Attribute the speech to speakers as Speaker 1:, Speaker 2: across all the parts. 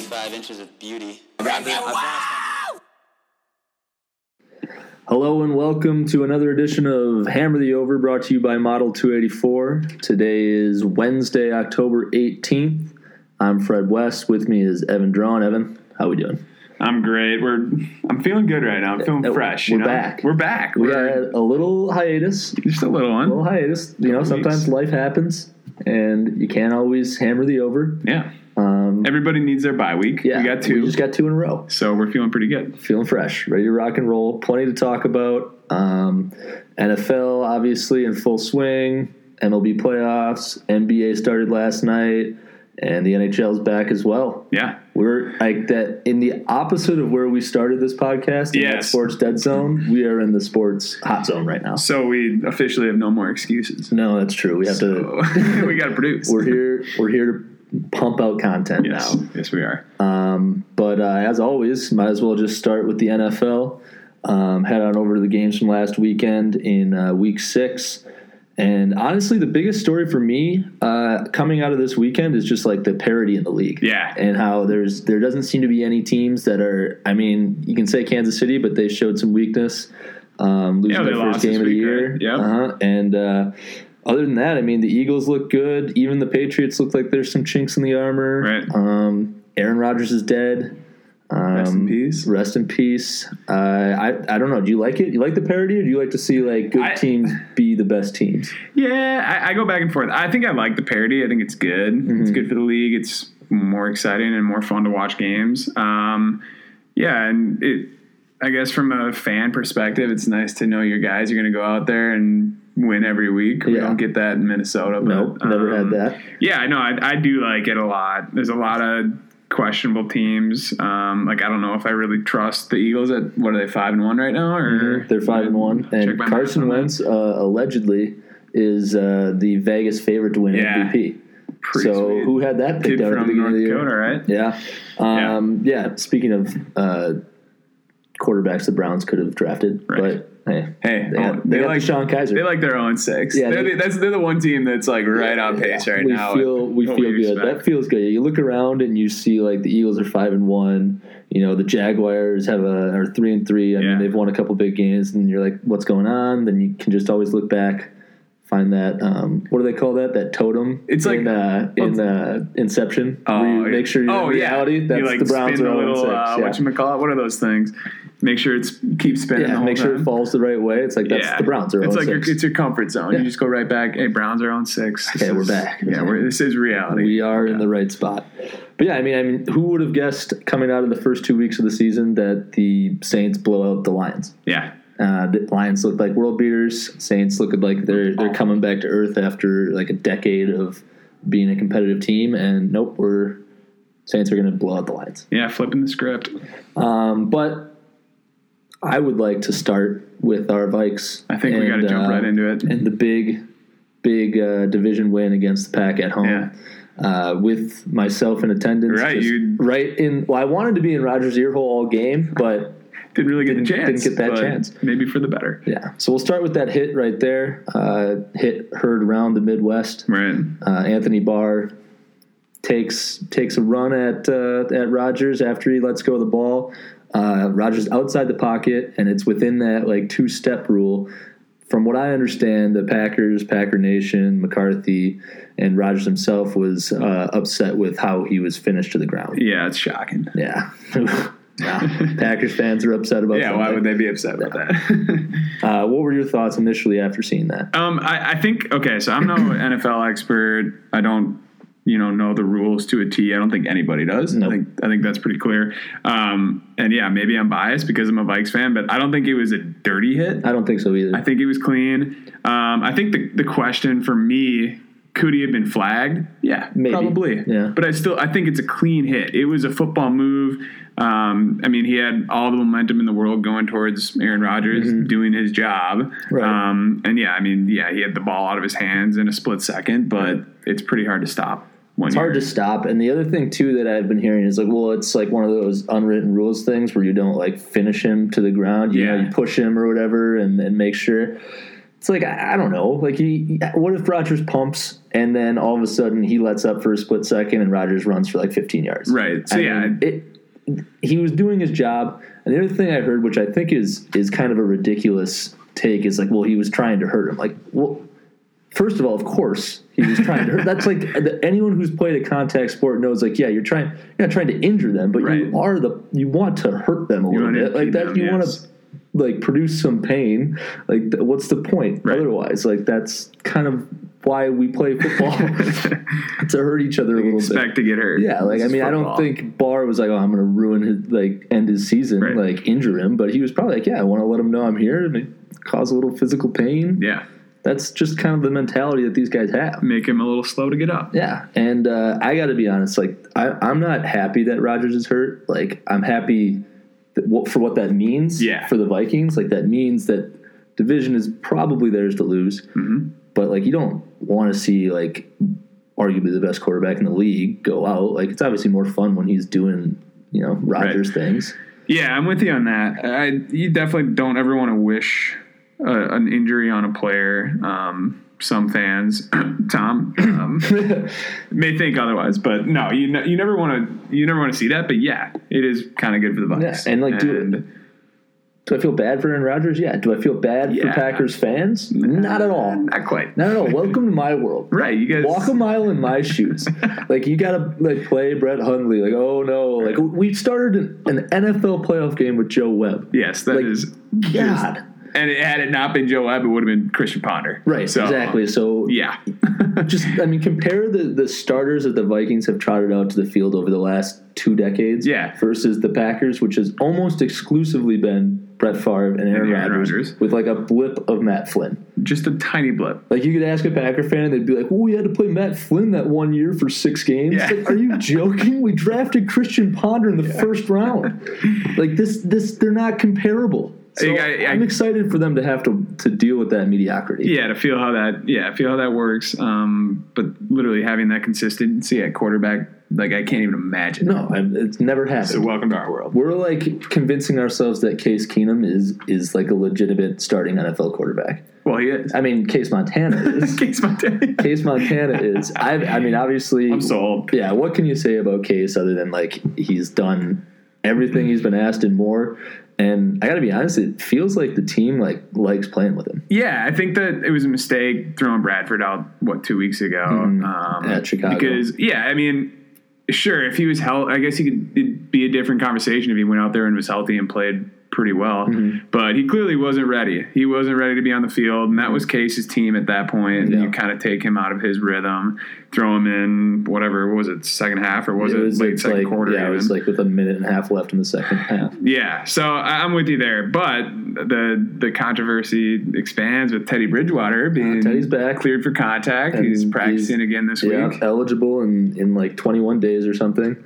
Speaker 1: five inches of beauty.
Speaker 2: Hello and welcome to another edition of Hammer the Over brought to you by Model 284. Today is Wednesday, October 18th. I'm Fred West. With me is Evan Drawn. Evan, how we doing?
Speaker 3: I'm great. We're I'm feeling good right now. I'm feeling
Speaker 2: Uh,
Speaker 3: fresh.
Speaker 2: we're
Speaker 3: you know?
Speaker 2: back.
Speaker 3: We're back.
Speaker 2: We
Speaker 3: We're
Speaker 2: had a little hiatus.
Speaker 3: just a little
Speaker 2: A little
Speaker 3: one.
Speaker 2: hiatus. You know,
Speaker 3: Couple
Speaker 2: sometimes
Speaker 3: weeks.
Speaker 2: life happens and you can't always hammer the over.
Speaker 3: Yeah.
Speaker 2: Um,
Speaker 3: Everybody needs their bye week.
Speaker 2: yeah,
Speaker 3: we got two.
Speaker 2: just got two in a row.
Speaker 3: so we're feeling pretty good.
Speaker 2: feeling fresh, ready to rock and roll. Plenty to talk about. Um, NFL obviously in full swing. MLB playoffs. NBA started last night, and the NHL's back as well.
Speaker 3: Yeah.
Speaker 2: We're like that in the opposite of where we started this podcast. In that
Speaker 3: Yes.
Speaker 2: sports dead zone. We are in the sports hot zone right now.
Speaker 3: So we officially have no more excuses.
Speaker 2: No, that's true. We have to.
Speaker 3: So we gotta produce.
Speaker 2: We're here. We're here to pump out content
Speaker 3: yes.
Speaker 2: now.
Speaker 3: Yes we are.
Speaker 2: Um, but uh, as always, might as well just start with the NFL. Um, head on over to the games from last weekend in uh, week six. And honestly, the biggest story for me uh, coming out of this weekend is just like the parity in the league.
Speaker 3: Yeah.
Speaker 2: And how there's there doesn't seem to be any teams that are. I mean, you can say Kansas City, but they showed some weakness, um, losing
Speaker 3: Yeah, they
Speaker 2: their first
Speaker 3: lost
Speaker 2: game
Speaker 3: this
Speaker 2: of the
Speaker 3: week,
Speaker 2: year.
Speaker 3: right? Yeah.
Speaker 2: Uh-huh. And uh, other than that, I mean, the Eagles look good. Even the Patriots look like there's some chinks in the armor.
Speaker 3: Right.
Speaker 2: Um, Aaron Rodgers is dead. Um,
Speaker 3: Rest in peace.
Speaker 2: Rest in peace. Uh, I I don't know. Do you like it? You like the parody, or do you like to see like good
Speaker 3: I-
Speaker 2: teams be the best teams?
Speaker 3: Yeah, I, I go back and forth. I think I like the parody. I think it's good.
Speaker 2: Mm-hmm.
Speaker 3: It's good for the league. It's more exciting and more fun to watch games. Um, yeah, and it. I guess from a fan perspective, it's nice to know your guys are going to go out there and win every week. We
Speaker 2: Yeah.
Speaker 3: don't get that in Minnesota. But,
Speaker 2: Nope, never had
Speaker 3: um,
Speaker 2: that.
Speaker 3: Yeah, no, I, I do like it a lot. There's a lot of questionable teams. Um, like I don't know if I really trust the Eagles. At what are they five and one right now? Or
Speaker 2: Mm-hmm. They're five and one,
Speaker 3: Check
Speaker 2: and
Speaker 3: my
Speaker 2: Carson
Speaker 3: math on that.
Speaker 2: Wentz uh, allegedly is uh, the Vegas favorite to win
Speaker 3: Yeah.
Speaker 2: MVP.
Speaker 3: Pretty
Speaker 2: so
Speaker 3: sweet.
Speaker 2: who had that
Speaker 3: kid
Speaker 2: picked out at the
Speaker 3: from
Speaker 2: beginning
Speaker 3: North
Speaker 2: of the year?
Speaker 3: Dakota, right?
Speaker 2: Yeah. Um, yeah. Speaking of uh, quarterbacks, the Browns could have drafted,
Speaker 3: Right.
Speaker 2: but hey,
Speaker 3: Hey,
Speaker 2: they,
Speaker 3: oh,
Speaker 2: got, they, got
Speaker 3: like
Speaker 2: Sean Kaiser.
Speaker 3: They like their own six.
Speaker 2: Yeah,
Speaker 3: they're,
Speaker 2: they-
Speaker 3: the, that's they're the one team that's like right on pace right
Speaker 2: we
Speaker 3: now.
Speaker 2: Feel,
Speaker 3: with
Speaker 2: we feel
Speaker 3: what
Speaker 2: good. That
Speaker 3: expect.
Speaker 2: feels good. You look around and you see like the Eagles are five and one. You know the Jaguars have a are three and three. I mean
Speaker 3: Yeah.
Speaker 2: they've won a couple big games, and you're like, what's going on? Then you can just always look back, find that um, what do they call that? That totem.
Speaker 3: It's like-
Speaker 2: in uh, in uh, Inception. where you make sure you're
Speaker 3: oh,
Speaker 2: in
Speaker 3: yeah.
Speaker 2: reality. That's
Speaker 3: you like
Speaker 2: the Browns
Speaker 3: spin
Speaker 2: are
Speaker 3: the
Speaker 2: on
Speaker 3: little,
Speaker 2: six.
Speaker 3: uh,
Speaker 2: yeah.
Speaker 3: whatchamacallit, what are those things? Make sure it's keep spinning the
Speaker 2: Yeah,
Speaker 3: whole
Speaker 2: make sure
Speaker 3: time.
Speaker 2: it falls the right way. It's like that's
Speaker 3: yeah,
Speaker 2: the Browns are
Speaker 3: It's
Speaker 2: on
Speaker 3: like
Speaker 2: six.
Speaker 3: Your, it's your comfort zone.
Speaker 2: Yeah.
Speaker 3: You just go right back. Hey, Browns are on six.
Speaker 2: Okay,
Speaker 3: This
Speaker 2: we're
Speaker 3: is-
Speaker 2: back.
Speaker 3: Yeah, we're, this is reality.
Speaker 2: we are in the right spot. But yeah, I mean, I mean, who would have guessed coming out of the first two weeks of the season that the Saints blow out the Lions?
Speaker 3: yeah,
Speaker 2: Uh, the Lions looked like world beaters. Saints looked like they're they're coming back to earth after like a decade of being a competitive team. And nope, we're Saints are going to blow out the Lions.
Speaker 3: yeah, flipping the script.
Speaker 2: Um, but I would like to start with our Vikes.
Speaker 3: I think we got to
Speaker 2: and,
Speaker 3: jump
Speaker 2: uh,
Speaker 3: right into it.
Speaker 2: and the big, big uh, division win against the Pack at home
Speaker 3: Yeah.
Speaker 2: uh, with myself in attendance.
Speaker 3: Right,
Speaker 2: just
Speaker 3: you-
Speaker 2: right in. Well, I wanted to be in Rogers' earhole all game, but
Speaker 3: Didn't really get the
Speaker 2: didn't
Speaker 3: chance.
Speaker 2: get that
Speaker 3: but
Speaker 2: chance.
Speaker 3: Maybe for the better.
Speaker 2: yeah. So we'll start with that hit right there. Uh, hit heard around the Midwest.
Speaker 3: Right.
Speaker 2: Uh, Anthony Barr takes takes a run at uh, at Rogers after he lets go of the ball. Uh, Rogers outside the pocket, and it's within that like two step rule. From what I understand, the Packers, Packer Nation, McCarthy, and Rogers himself was uh, upset with how he was finished to the ground.
Speaker 3: Yeah, it's shocking.
Speaker 2: Yeah, Nah, Packers fans are upset about.
Speaker 3: Yeah, why
Speaker 2: something.
Speaker 3: would they be upset about that?
Speaker 2: Uh, what were your thoughts initially after seeing that?
Speaker 3: Um, I, I think okay. So I'm no NFL expert. I don't, you know, know the rules to a T. I don't think anybody does.
Speaker 2: Nope.
Speaker 3: I think I think that's pretty clear. Um, and yeah, maybe I'm biased because I'm a Vikes fan, but I don't think it was a dirty hit.
Speaker 2: I don't think so either.
Speaker 3: I think it was clean. Um, I think the the question for me. Could he have been flagged? Yeah,
Speaker 2: Maybe.
Speaker 3: probably.
Speaker 2: Yeah.
Speaker 3: but I still I think it's a clean hit. It was a football move. Um, I mean, he had all the momentum in the world going towards Aaron Rodgers doing his job.
Speaker 2: Mm-hmm. Right.
Speaker 3: Um, and yeah, I mean, yeah, he had the ball out of his hands in a split second, but it's pretty hard to stop. When
Speaker 2: It's hard to stop. And the other thing too that I've been hearing is like, well, it's like one of those unwritten rules things where you don't like finish him to the ground. You know,
Speaker 3: Yeah.
Speaker 2: you push him or whatever, and, and make sure. it's like I, I don't know. Like he, what if Rogers pumps and then all of a sudden he lets up for a split second and Rogers runs for like 15 yards.
Speaker 3: Right. So
Speaker 2: I
Speaker 3: yeah,
Speaker 2: mean, it, he was doing his job. And the other thing I heard, which I think is is kind of a ridiculous take, is like, well, he was trying to hurt him. Like, well, first of all, of course he was trying to hurt. That's like the, anyone who's played a contact sport knows. Like, yeah, you're trying, you're not trying to injure them, but
Speaker 3: Right.
Speaker 2: you are the you want to hurt them a little
Speaker 3: want to
Speaker 2: bit. Like
Speaker 3: impede
Speaker 2: that,
Speaker 3: them,
Speaker 2: you want
Speaker 3: yes.
Speaker 2: to like produce some pain. Like, th- what's the point
Speaker 3: Right.
Speaker 2: otherwise? Like, that's kind of why we play football to hurt each other a little bit.
Speaker 3: expect to get hurt.
Speaker 2: Yeah, like
Speaker 3: This
Speaker 2: I
Speaker 3: is
Speaker 2: mean, I don't
Speaker 3: football.
Speaker 2: think Barr was like, "Oh, I'm going to ruin his like end his season,
Speaker 3: Right.
Speaker 2: like injure him," but he was probably like, "Yeah, I want to let him know I'm here and cause a little physical pain."
Speaker 3: Yeah,
Speaker 2: That's just kind of the mentality that these guys have.
Speaker 3: make him a little slow to get up.
Speaker 2: Yeah, and uh, I got to be honest, like I, I'm not happy that Rogers is hurt. Like I'm happy that, what, for what that means
Speaker 3: Yeah.
Speaker 2: for the Vikings. Like that means that division is probably theirs to lose.
Speaker 3: Mm-hmm.
Speaker 2: But like you don't want to see like arguably the best quarterback in the league go out. Like it's obviously more fun when he's doing you know Rogers things.
Speaker 3: Yeah, I'm with you on that. I you definitely don't ever want to wish uh, an injury on a player. Um, some fans, Tom, um, may think otherwise, but no, you ne- you never want to you never want to see that. But yeah, it is kind of good for the Bucks.
Speaker 2: Yeah, and, like, dude, Do I feel bad for Aaron Rodgers? Yeah. Do I feel bad
Speaker 3: Yeah.
Speaker 2: for Packers fans? Not at all.
Speaker 3: not quite.
Speaker 2: Not at all. Welcome to my world.
Speaker 3: Right, you guys.
Speaker 2: walk a mile in my shoes. Like you gotta like play Brett Hundley. Like oh no. Like we started an, an NFL playoff game with Joe Webb.
Speaker 3: yes, that
Speaker 2: like,
Speaker 3: is.
Speaker 2: God.
Speaker 3: And it, had it not been Joe Webb, it would have been Christian Ponder.
Speaker 2: Right.
Speaker 3: So,
Speaker 2: exactly. So
Speaker 3: Yeah.
Speaker 2: just I mean compare the the starters that the Vikings have trotted out to the field over the last two decades.
Speaker 3: Yeah.
Speaker 2: Versus the Packers, which has almost exclusively been. Brett Favre and Aaron,
Speaker 3: Aaron
Speaker 2: Rodgers,
Speaker 3: Rodgers.
Speaker 2: with like a blip of Matt Flynn.
Speaker 3: Just a tiny blip.
Speaker 2: Like you could ask a Packer fan, and they'd be like, "Well, we had to play Matt Flynn that one year for six games."
Speaker 3: Yeah.
Speaker 2: Like, are you joking? We drafted Christian Ponder in the first round. Like this, this they're not comparable. So
Speaker 3: I- I-
Speaker 2: I'm excited for them to have to to deal with that mediocrity.
Speaker 3: yeah to feel how that yeah feel how that works um but literally having that consistency at quarterback like i can't even imagine
Speaker 2: No, I'm, it's never happened.
Speaker 3: so welcome to our world
Speaker 2: We're like convincing ourselves that Case Keenum is is like a legitimate starting NFL quarterback.
Speaker 3: well he is
Speaker 2: I mean, Case Montana is.
Speaker 3: Case Montana.
Speaker 2: Case Montana is. I, I mean, obviously,
Speaker 3: i'm sold
Speaker 2: yeah, what can you say about Case other than like he's done everything he's been asked and more? And I got to be honest, it feels like the team like likes playing with him
Speaker 3: yeah i think that it was a mistake throwing bradford out what two weeks ago um
Speaker 2: at Chicago.
Speaker 3: because yeah i mean sure if he was healthy i guess he could it'd be a different conversation if he went out there and was healthy and played pretty well
Speaker 2: Mm-hmm.
Speaker 3: but he clearly wasn't ready he wasn't ready to be on the field and that was case's team at that point
Speaker 2: Yeah.
Speaker 3: you kind of take him out of his rhythm throw him in whatever was it second half or was it, late
Speaker 2: it's
Speaker 3: second
Speaker 2: like,
Speaker 3: quarter
Speaker 2: Yeah, it was
Speaker 3: even?
Speaker 2: like with a minute and a half left in the second half.
Speaker 3: Yeah, so I- I'm with you there, but the the controversy expands with Teddy Bridgewater being
Speaker 2: Teddy's back.
Speaker 3: cleared for contact.
Speaker 2: And
Speaker 3: he's
Speaker 2: he's-
Speaker 3: practicing again this
Speaker 2: Yeah,
Speaker 3: week.
Speaker 2: eligible in in like 21 days or something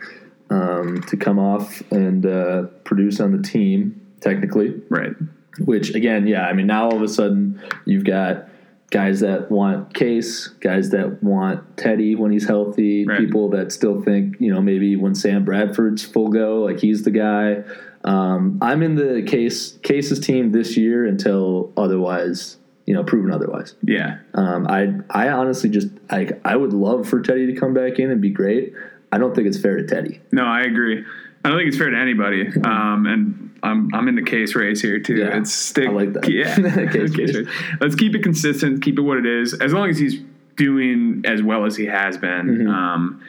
Speaker 2: um, to come off and uh, produce on the team technically.
Speaker 3: Right.
Speaker 2: Which again, yeah, I mean now all of a sudden you've got guys that want Case, guys that want Teddy when he's healthy,
Speaker 3: Right.
Speaker 2: people that still think you know maybe when Sam Bradford's full go, like he's the guy. Um, I'm in the Case Case's team this year until otherwise, you know, proven otherwise.
Speaker 3: Yeah.
Speaker 2: Um, I I honestly just like I would love for Teddy to come back in and be great. I don't think it's fair to Teddy.
Speaker 3: No, I agree. I don't think it's fair to anybody. Um, and I'm I'm in the case race here too.
Speaker 2: Yeah,
Speaker 3: it's stick.
Speaker 2: I like that.
Speaker 3: Yeah,
Speaker 2: Case
Speaker 3: Case
Speaker 2: race.
Speaker 3: race. Let's keep it consistent. Keep it what it is. As long as he's doing as well as he has been.
Speaker 2: Mm-hmm.
Speaker 3: Um,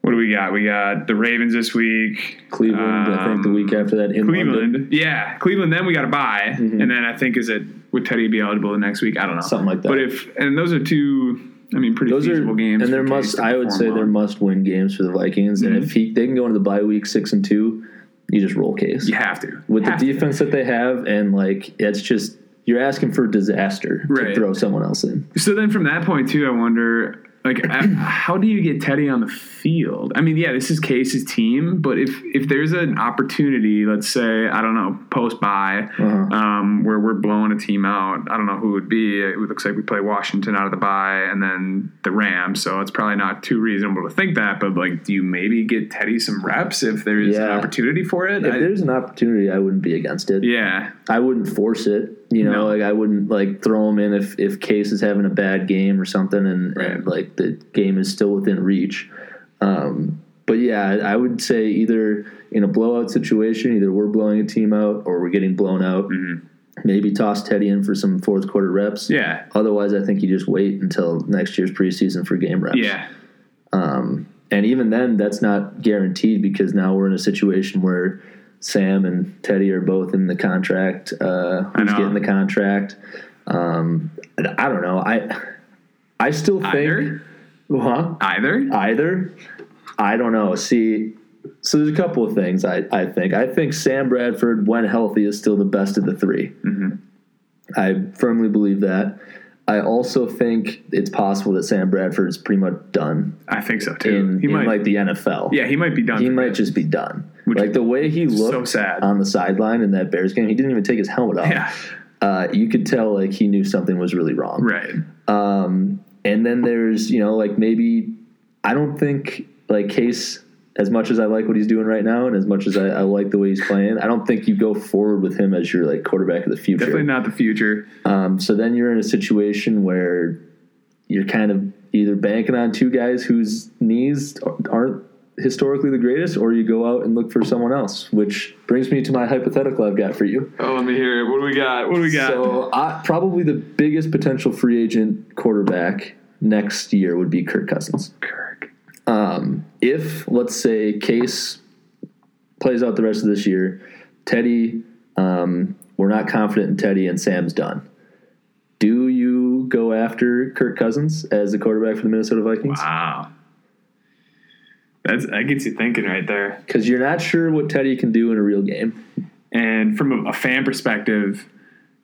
Speaker 3: what do we got? We got the Ravens this week.
Speaker 2: Cleveland, I think the
Speaker 3: Um,
Speaker 2: week after that in
Speaker 3: Cleveland.
Speaker 2: London. Mm-hmm.
Speaker 3: Yeah, Cleveland. Then we got to buy, and then I think is it would Teddy be eligible the next week? I don't know,
Speaker 2: Something like that.
Speaker 3: But if and those are two, I mean, pretty
Speaker 2: Those are
Speaker 3: feasible games.
Speaker 2: and there
Speaker 3: for Case
Speaker 2: must
Speaker 3: to
Speaker 2: I would
Speaker 3: perform
Speaker 2: say
Speaker 3: on. Mm-hmm.
Speaker 2: there must win games for the Vikings. And if he they can go into the bye week six and two, you just roll case
Speaker 3: you have to
Speaker 2: with
Speaker 3: Have
Speaker 2: the
Speaker 3: to.
Speaker 2: defense that they have, and like it's just you're asking for disaster
Speaker 3: Right.
Speaker 2: to throw someone else in.
Speaker 3: So then from that point too, I wonder like I- how do you get Teddy on the field? I mean, yeah, this is Case's team, but if if there's an opportunity, let's say I don't know post buy,
Speaker 2: Uh-huh.
Speaker 3: um, where we're blowing a team out, I don't know who it would be. It looks like we play Washington out of the bye, and then the Rams. So it's probably not too reasonable to think that. But like, do you maybe get Teddy some reps if there is an
Speaker 2: Yeah.
Speaker 3: opportunity for it?
Speaker 2: If
Speaker 3: I-
Speaker 2: there's an opportunity, I wouldn't be against it.
Speaker 3: yeah,
Speaker 2: I wouldn't force it. You know,
Speaker 3: No.
Speaker 2: like I wouldn't like throw him in if if Case is having a bad game or something, and,
Speaker 3: Right.
Speaker 2: and like the game is still within reach. Um, but yeah, I I would say either in a blowout situation, either we're blowing a team out or we're getting blown out. Maybe toss Teddy in for some fourth quarter reps.
Speaker 3: Mm-hmm. Yeah.
Speaker 2: Otherwise, I think you just wait until next year's preseason for game reps.
Speaker 3: Yeah.
Speaker 2: And even then, that's not guaranteed because now we're in a situation where Sam and Teddy are both in the contract. Uh, who's
Speaker 3: know.
Speaker 2: getting the contract? Um, and I don't know. I I still think
Speaker 3: Either.
Speaker 2: huh?
Speaker 3: Either.
Speaker 2: Either I don't know. See, so there's a couple of things I I think. I think Sam Bradford, when healthy, is still the best of the 3
Speaker 3: Mm-hmm.
Speaker 2: I firmly believe that. I also think it's possible that Sam Bradford is pretty much done
Speaker 3: I think so too.
Speaker 2: in,
Speaker 3: he
Speaker 2: in
Speaker 3: might.
Speaker 2: like the NFL
Speaker 3: yeah, he might be done.
Speaker 2: he
Speaker 3: for
Speaker 2: might
Speaker 3: good.
Speaker 2: just be done.
Speaker 3: Which
Speaker 2: like
Speaker 3: is
Speaker 2: the way he looked
Speaker 3: sad.
Speaker 2: on the sideline in that Bears game, he didn't even take his helmet off.
Speaker 3: Yeah.
Speaker 2: Uh, you could tell like he knew something was really wrong.
Speaker 3: Right.
Speaker 2: Um, and then there's you know like maybe I don't think like Case as much as I like what he's doing right now and as much as I, I like the way he's playing, I don't think you go forward with him as your like quarterback of the future.
Speaker 3: Definitely not the future.
Speaker 2: Um, so then you're in a situation where you're kind of either banking on two guys whose knees aren't historically the greatest, or you go out and look for someone else. Which brings me to my hypothetical I've got for you.
Speaker 3: Oh, let me hear it. What do we got? What do we got?
Speaker 2: So I, probably the biggest potential free agent quarterback next year would be Kirk Cousins.
Speaker 3: Kirk.
Speaker 2: Um, if let's say Case plays out the rest of this year, Teddy, um, we're not confident in Teddy, and Sam's done. Do you go after Kirk Cousins as the quarterback for the Minnesota Vikings?
Speaker 3: Wow. That's that gets you thinking right there.
Speaker 2: Because you're not sure what Teddy can do in a real game.
Speaker 3: And from a, a fan perspective,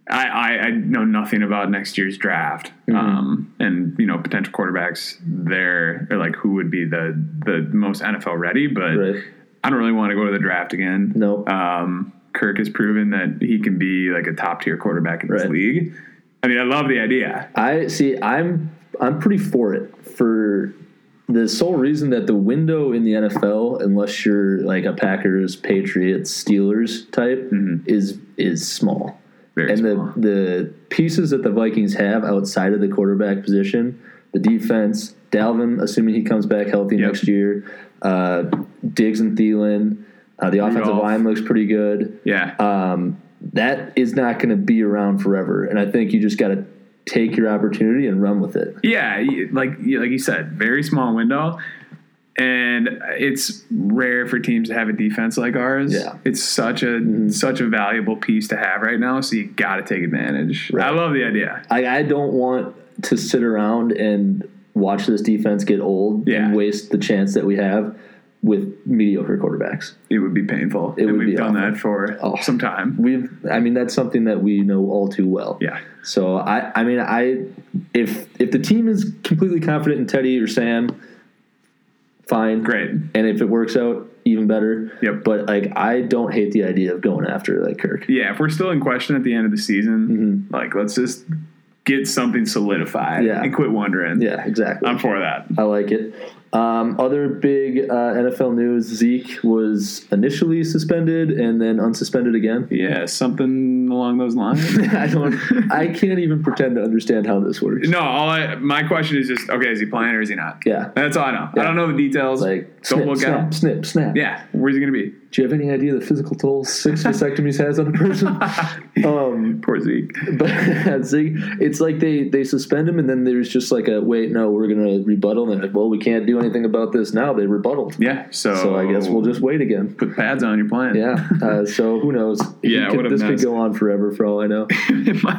Speaker 3: I, I, I know nothing about next year's draft,
Speaker 2: Mm-hmm.
Speaker 3: um, and you know potential quarterbacks there, or like who would be the the most NFL ready. But
Speaker 2: Right?
Speaker 3: I don't really want to go to the draft again.
Speaker 2: No.
Speaker 3: Um, Kirk has proven that he can be like a top tier quarterback in this
Speaker 2: Right.
Speaker 3: league. I mean, I love the idea.
Speaker 2: I see. I'm I'm pretty for it for the sole reason that the window in the NFL, unless you're like a Packers, Patriots, Steelers type, is is small.
Speaker 3: Mm-hmm. Very
Speaker 2: and
Speaker 3: small.
Speaker 2: the the pieces that the Vikings have outside of the quarterback position, the defense, Dalvin, assuming he comes back healthy
Speaker 3: Yep.
Speaker 2: next year, uh, Diggs and Thielen, uh, the offensive
Speaker 3: Rudolph.
Speaker 2: line looks pretty good
Speaker 3: yeah,
Speaker 2: um, that is not going to be around forever. And I think you just got to take your opportunity and run with it.
Speaker 3: yeah. you- Like you- like you said, very small window, and it's rare for teams to have a defense like ours.
Speaker 2: Yeah. Mm-hmm.
Speaker 3: it's such a such a valuable piece to have right now. So you got to take advantage. I
Speaker 2: Right.
Speaker 3: love the idea.
Speaker 2: I, I don't want to sit around and watch this defense get old
Speaker 3: Yeah.
Speaker 2: and waste the chance that we have with mediocre quarterbacks.
Speaker 3: It would be painful. and
Speaker 2: would
Speaker 3: we've
Speaker 2: be
Speaker 3: done
Speaker 2: awful.
Speaker 3: that for
Speaker 2: Oh.
Speaker 3: some time.
Speaker 2: We've, I mean, that's something that we know all too well.
Speaker 3: Yeah,
Speaker 2: So I, I mean, I, if if the team is completely confident in Teddy or Sam, fine,
Speaker 3: great.
Speaker 2: and if it works out, even better.
Speaker 3: Yep.
Speaker 2: But like, I don't hate the idea of going after like Kirk.
Speaker 3: yeah, if we're still in question at the end of the season, like let's just get something solidified
Speaker 2: Mm-hmm. Yeah.
Speaker 3: and quit wondering.
Speaker 2: Yeah, exactly.
Speaker 3: I'm for that.
Speaker 2: I like it. Um, other big uh, NFL news: Zeke was initially suspended and then unsuspended again.
Speaker 3: Yeah, something along those lines.
Speaker 2: I don't. I can't even pretend to understand how this works.
Speaker 3: no, all I my question is just okay, is he playing or is he not?
Speaker 2: Yeah,
Speaker 3: That's all I know. I don't know the details.
Speaker 2: like
Speaker 3: don't
Speaker 2: snip,
Speaker 3: look
Speaker 2: snap,
Speaker 3: at him.
Speaker 2: snip, snap.
Speaker 3: Yeah, where's he gonna be?
Speaker 2: Do you have any idea the physical toll six vasectomies has on a person? um,
Speaker 3: Poor Zeke.
Speaker 2: but Zeke, it's like they they suspend him and then there's just like a wait, no, we're gonna rebuttal. And they're like, well, we can't do anything about this now. They rebutted.
Speaker 3: Yeah, so
Speaker 2: So I guess we'll just wait again.
Speaker 3: put pads on. You're playing.
Speaker 2: Yeah. Uh, so who knows? He
Speaker 3: Yeah,
Speaker 2: could-
Speaker 3: what a
Speaker 2: this
Speaker 3: mess.
Speaker 2: could go on forever for all I know.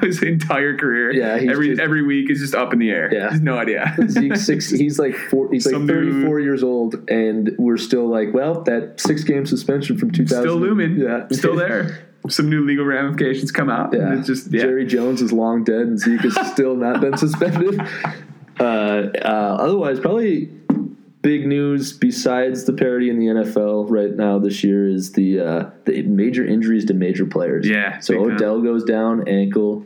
Speaker 3: his entire career.
Speaker 2: Yeah, he's
Speaker 3: every
Speaker 2: just-
Speaker 3: every week is just up in the air.
Speaker 2: Yeah.
Speaker 3: Just no idea.
Speaker 2: Zeke's six. He's like four, he's like
Speaker 3: Some
Speaker 2: thirty four
Speaker 3: dude.
Speaker 2: years old, and we're still like, well, that six game suspension from two thousand
Speaker 3: still looming.
Speaker 2: Yeah,
Speaker 3: still there. Some new legal ramifications come out. and
Speaker 2: Yeah.
Speaker 3: it's just yeah.
Speaker 2: Jerry Jones is long dead, and Zeke has still not been suspended. Uh, uh, otherwise, probably big news besides the parity in the NFL right now this year is the uh, the major injuries to major players.
Speaker 3: Yeah,
Speaker 2: So
Speaker 3: big time.
Speaker 2: Odell goes down ankle,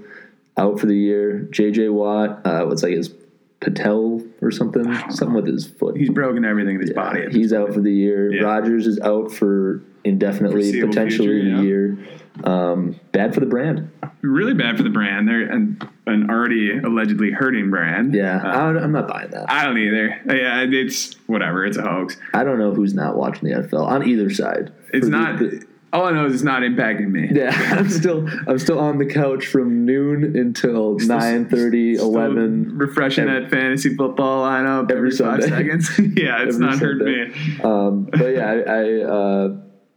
Speaker 2: out for the year. J.J. Watt, uh, what's like his Patel or something, something with his foot.
Speaker 3: He's broken everything in his body. at
Speaker 2: He's out for the year.
Speaker 3: Yeah.
Speaker 2: Rogers is out for indefinitely,
Speaker 3: Foreseeable
Speaker 2: potentially
Speaker 3: future,
Speaker 2: a
Speaker 3: yeah.
Speaker 2: year. Um, bad for the brand.
Speaker 3: really bad for the brand. They're an, an already allegedly hurting brand.
Speaker 2: Yeah,
Speaker 3: Uh,
Speaker 2: I, I'm not buying that.
Speaker 3: I don't either. Yeah, it's whatever. It's a hoax.
Speaker 2: I don't know who's not watching the NFL on either side.
Speaker 3: It's
Speaker 2: For the-
Speaker 3: not.
Speaker 2: the-
Speaker 3: all I know is it's not impacting me.
Speaker 2: yeah, I'm still I'm still on the couch from noon until nine thirty,
Speaker 3: Still
Speaker 2: eleven.
Speaker 3: refreshing
Speaker 2: every-
Speaker 3: that fantasy football lineup
Speaker 2: every
Speaker 3: every, five
Speaker 2: Sunday.
Speaker 3: seconds. yeah, it's
Speaker 2: Every
Speaker 3: not
Speaker 2: Sunday.
Speaker 3: hurting me.
Speaker 2: Um, but yeah, I, I uh,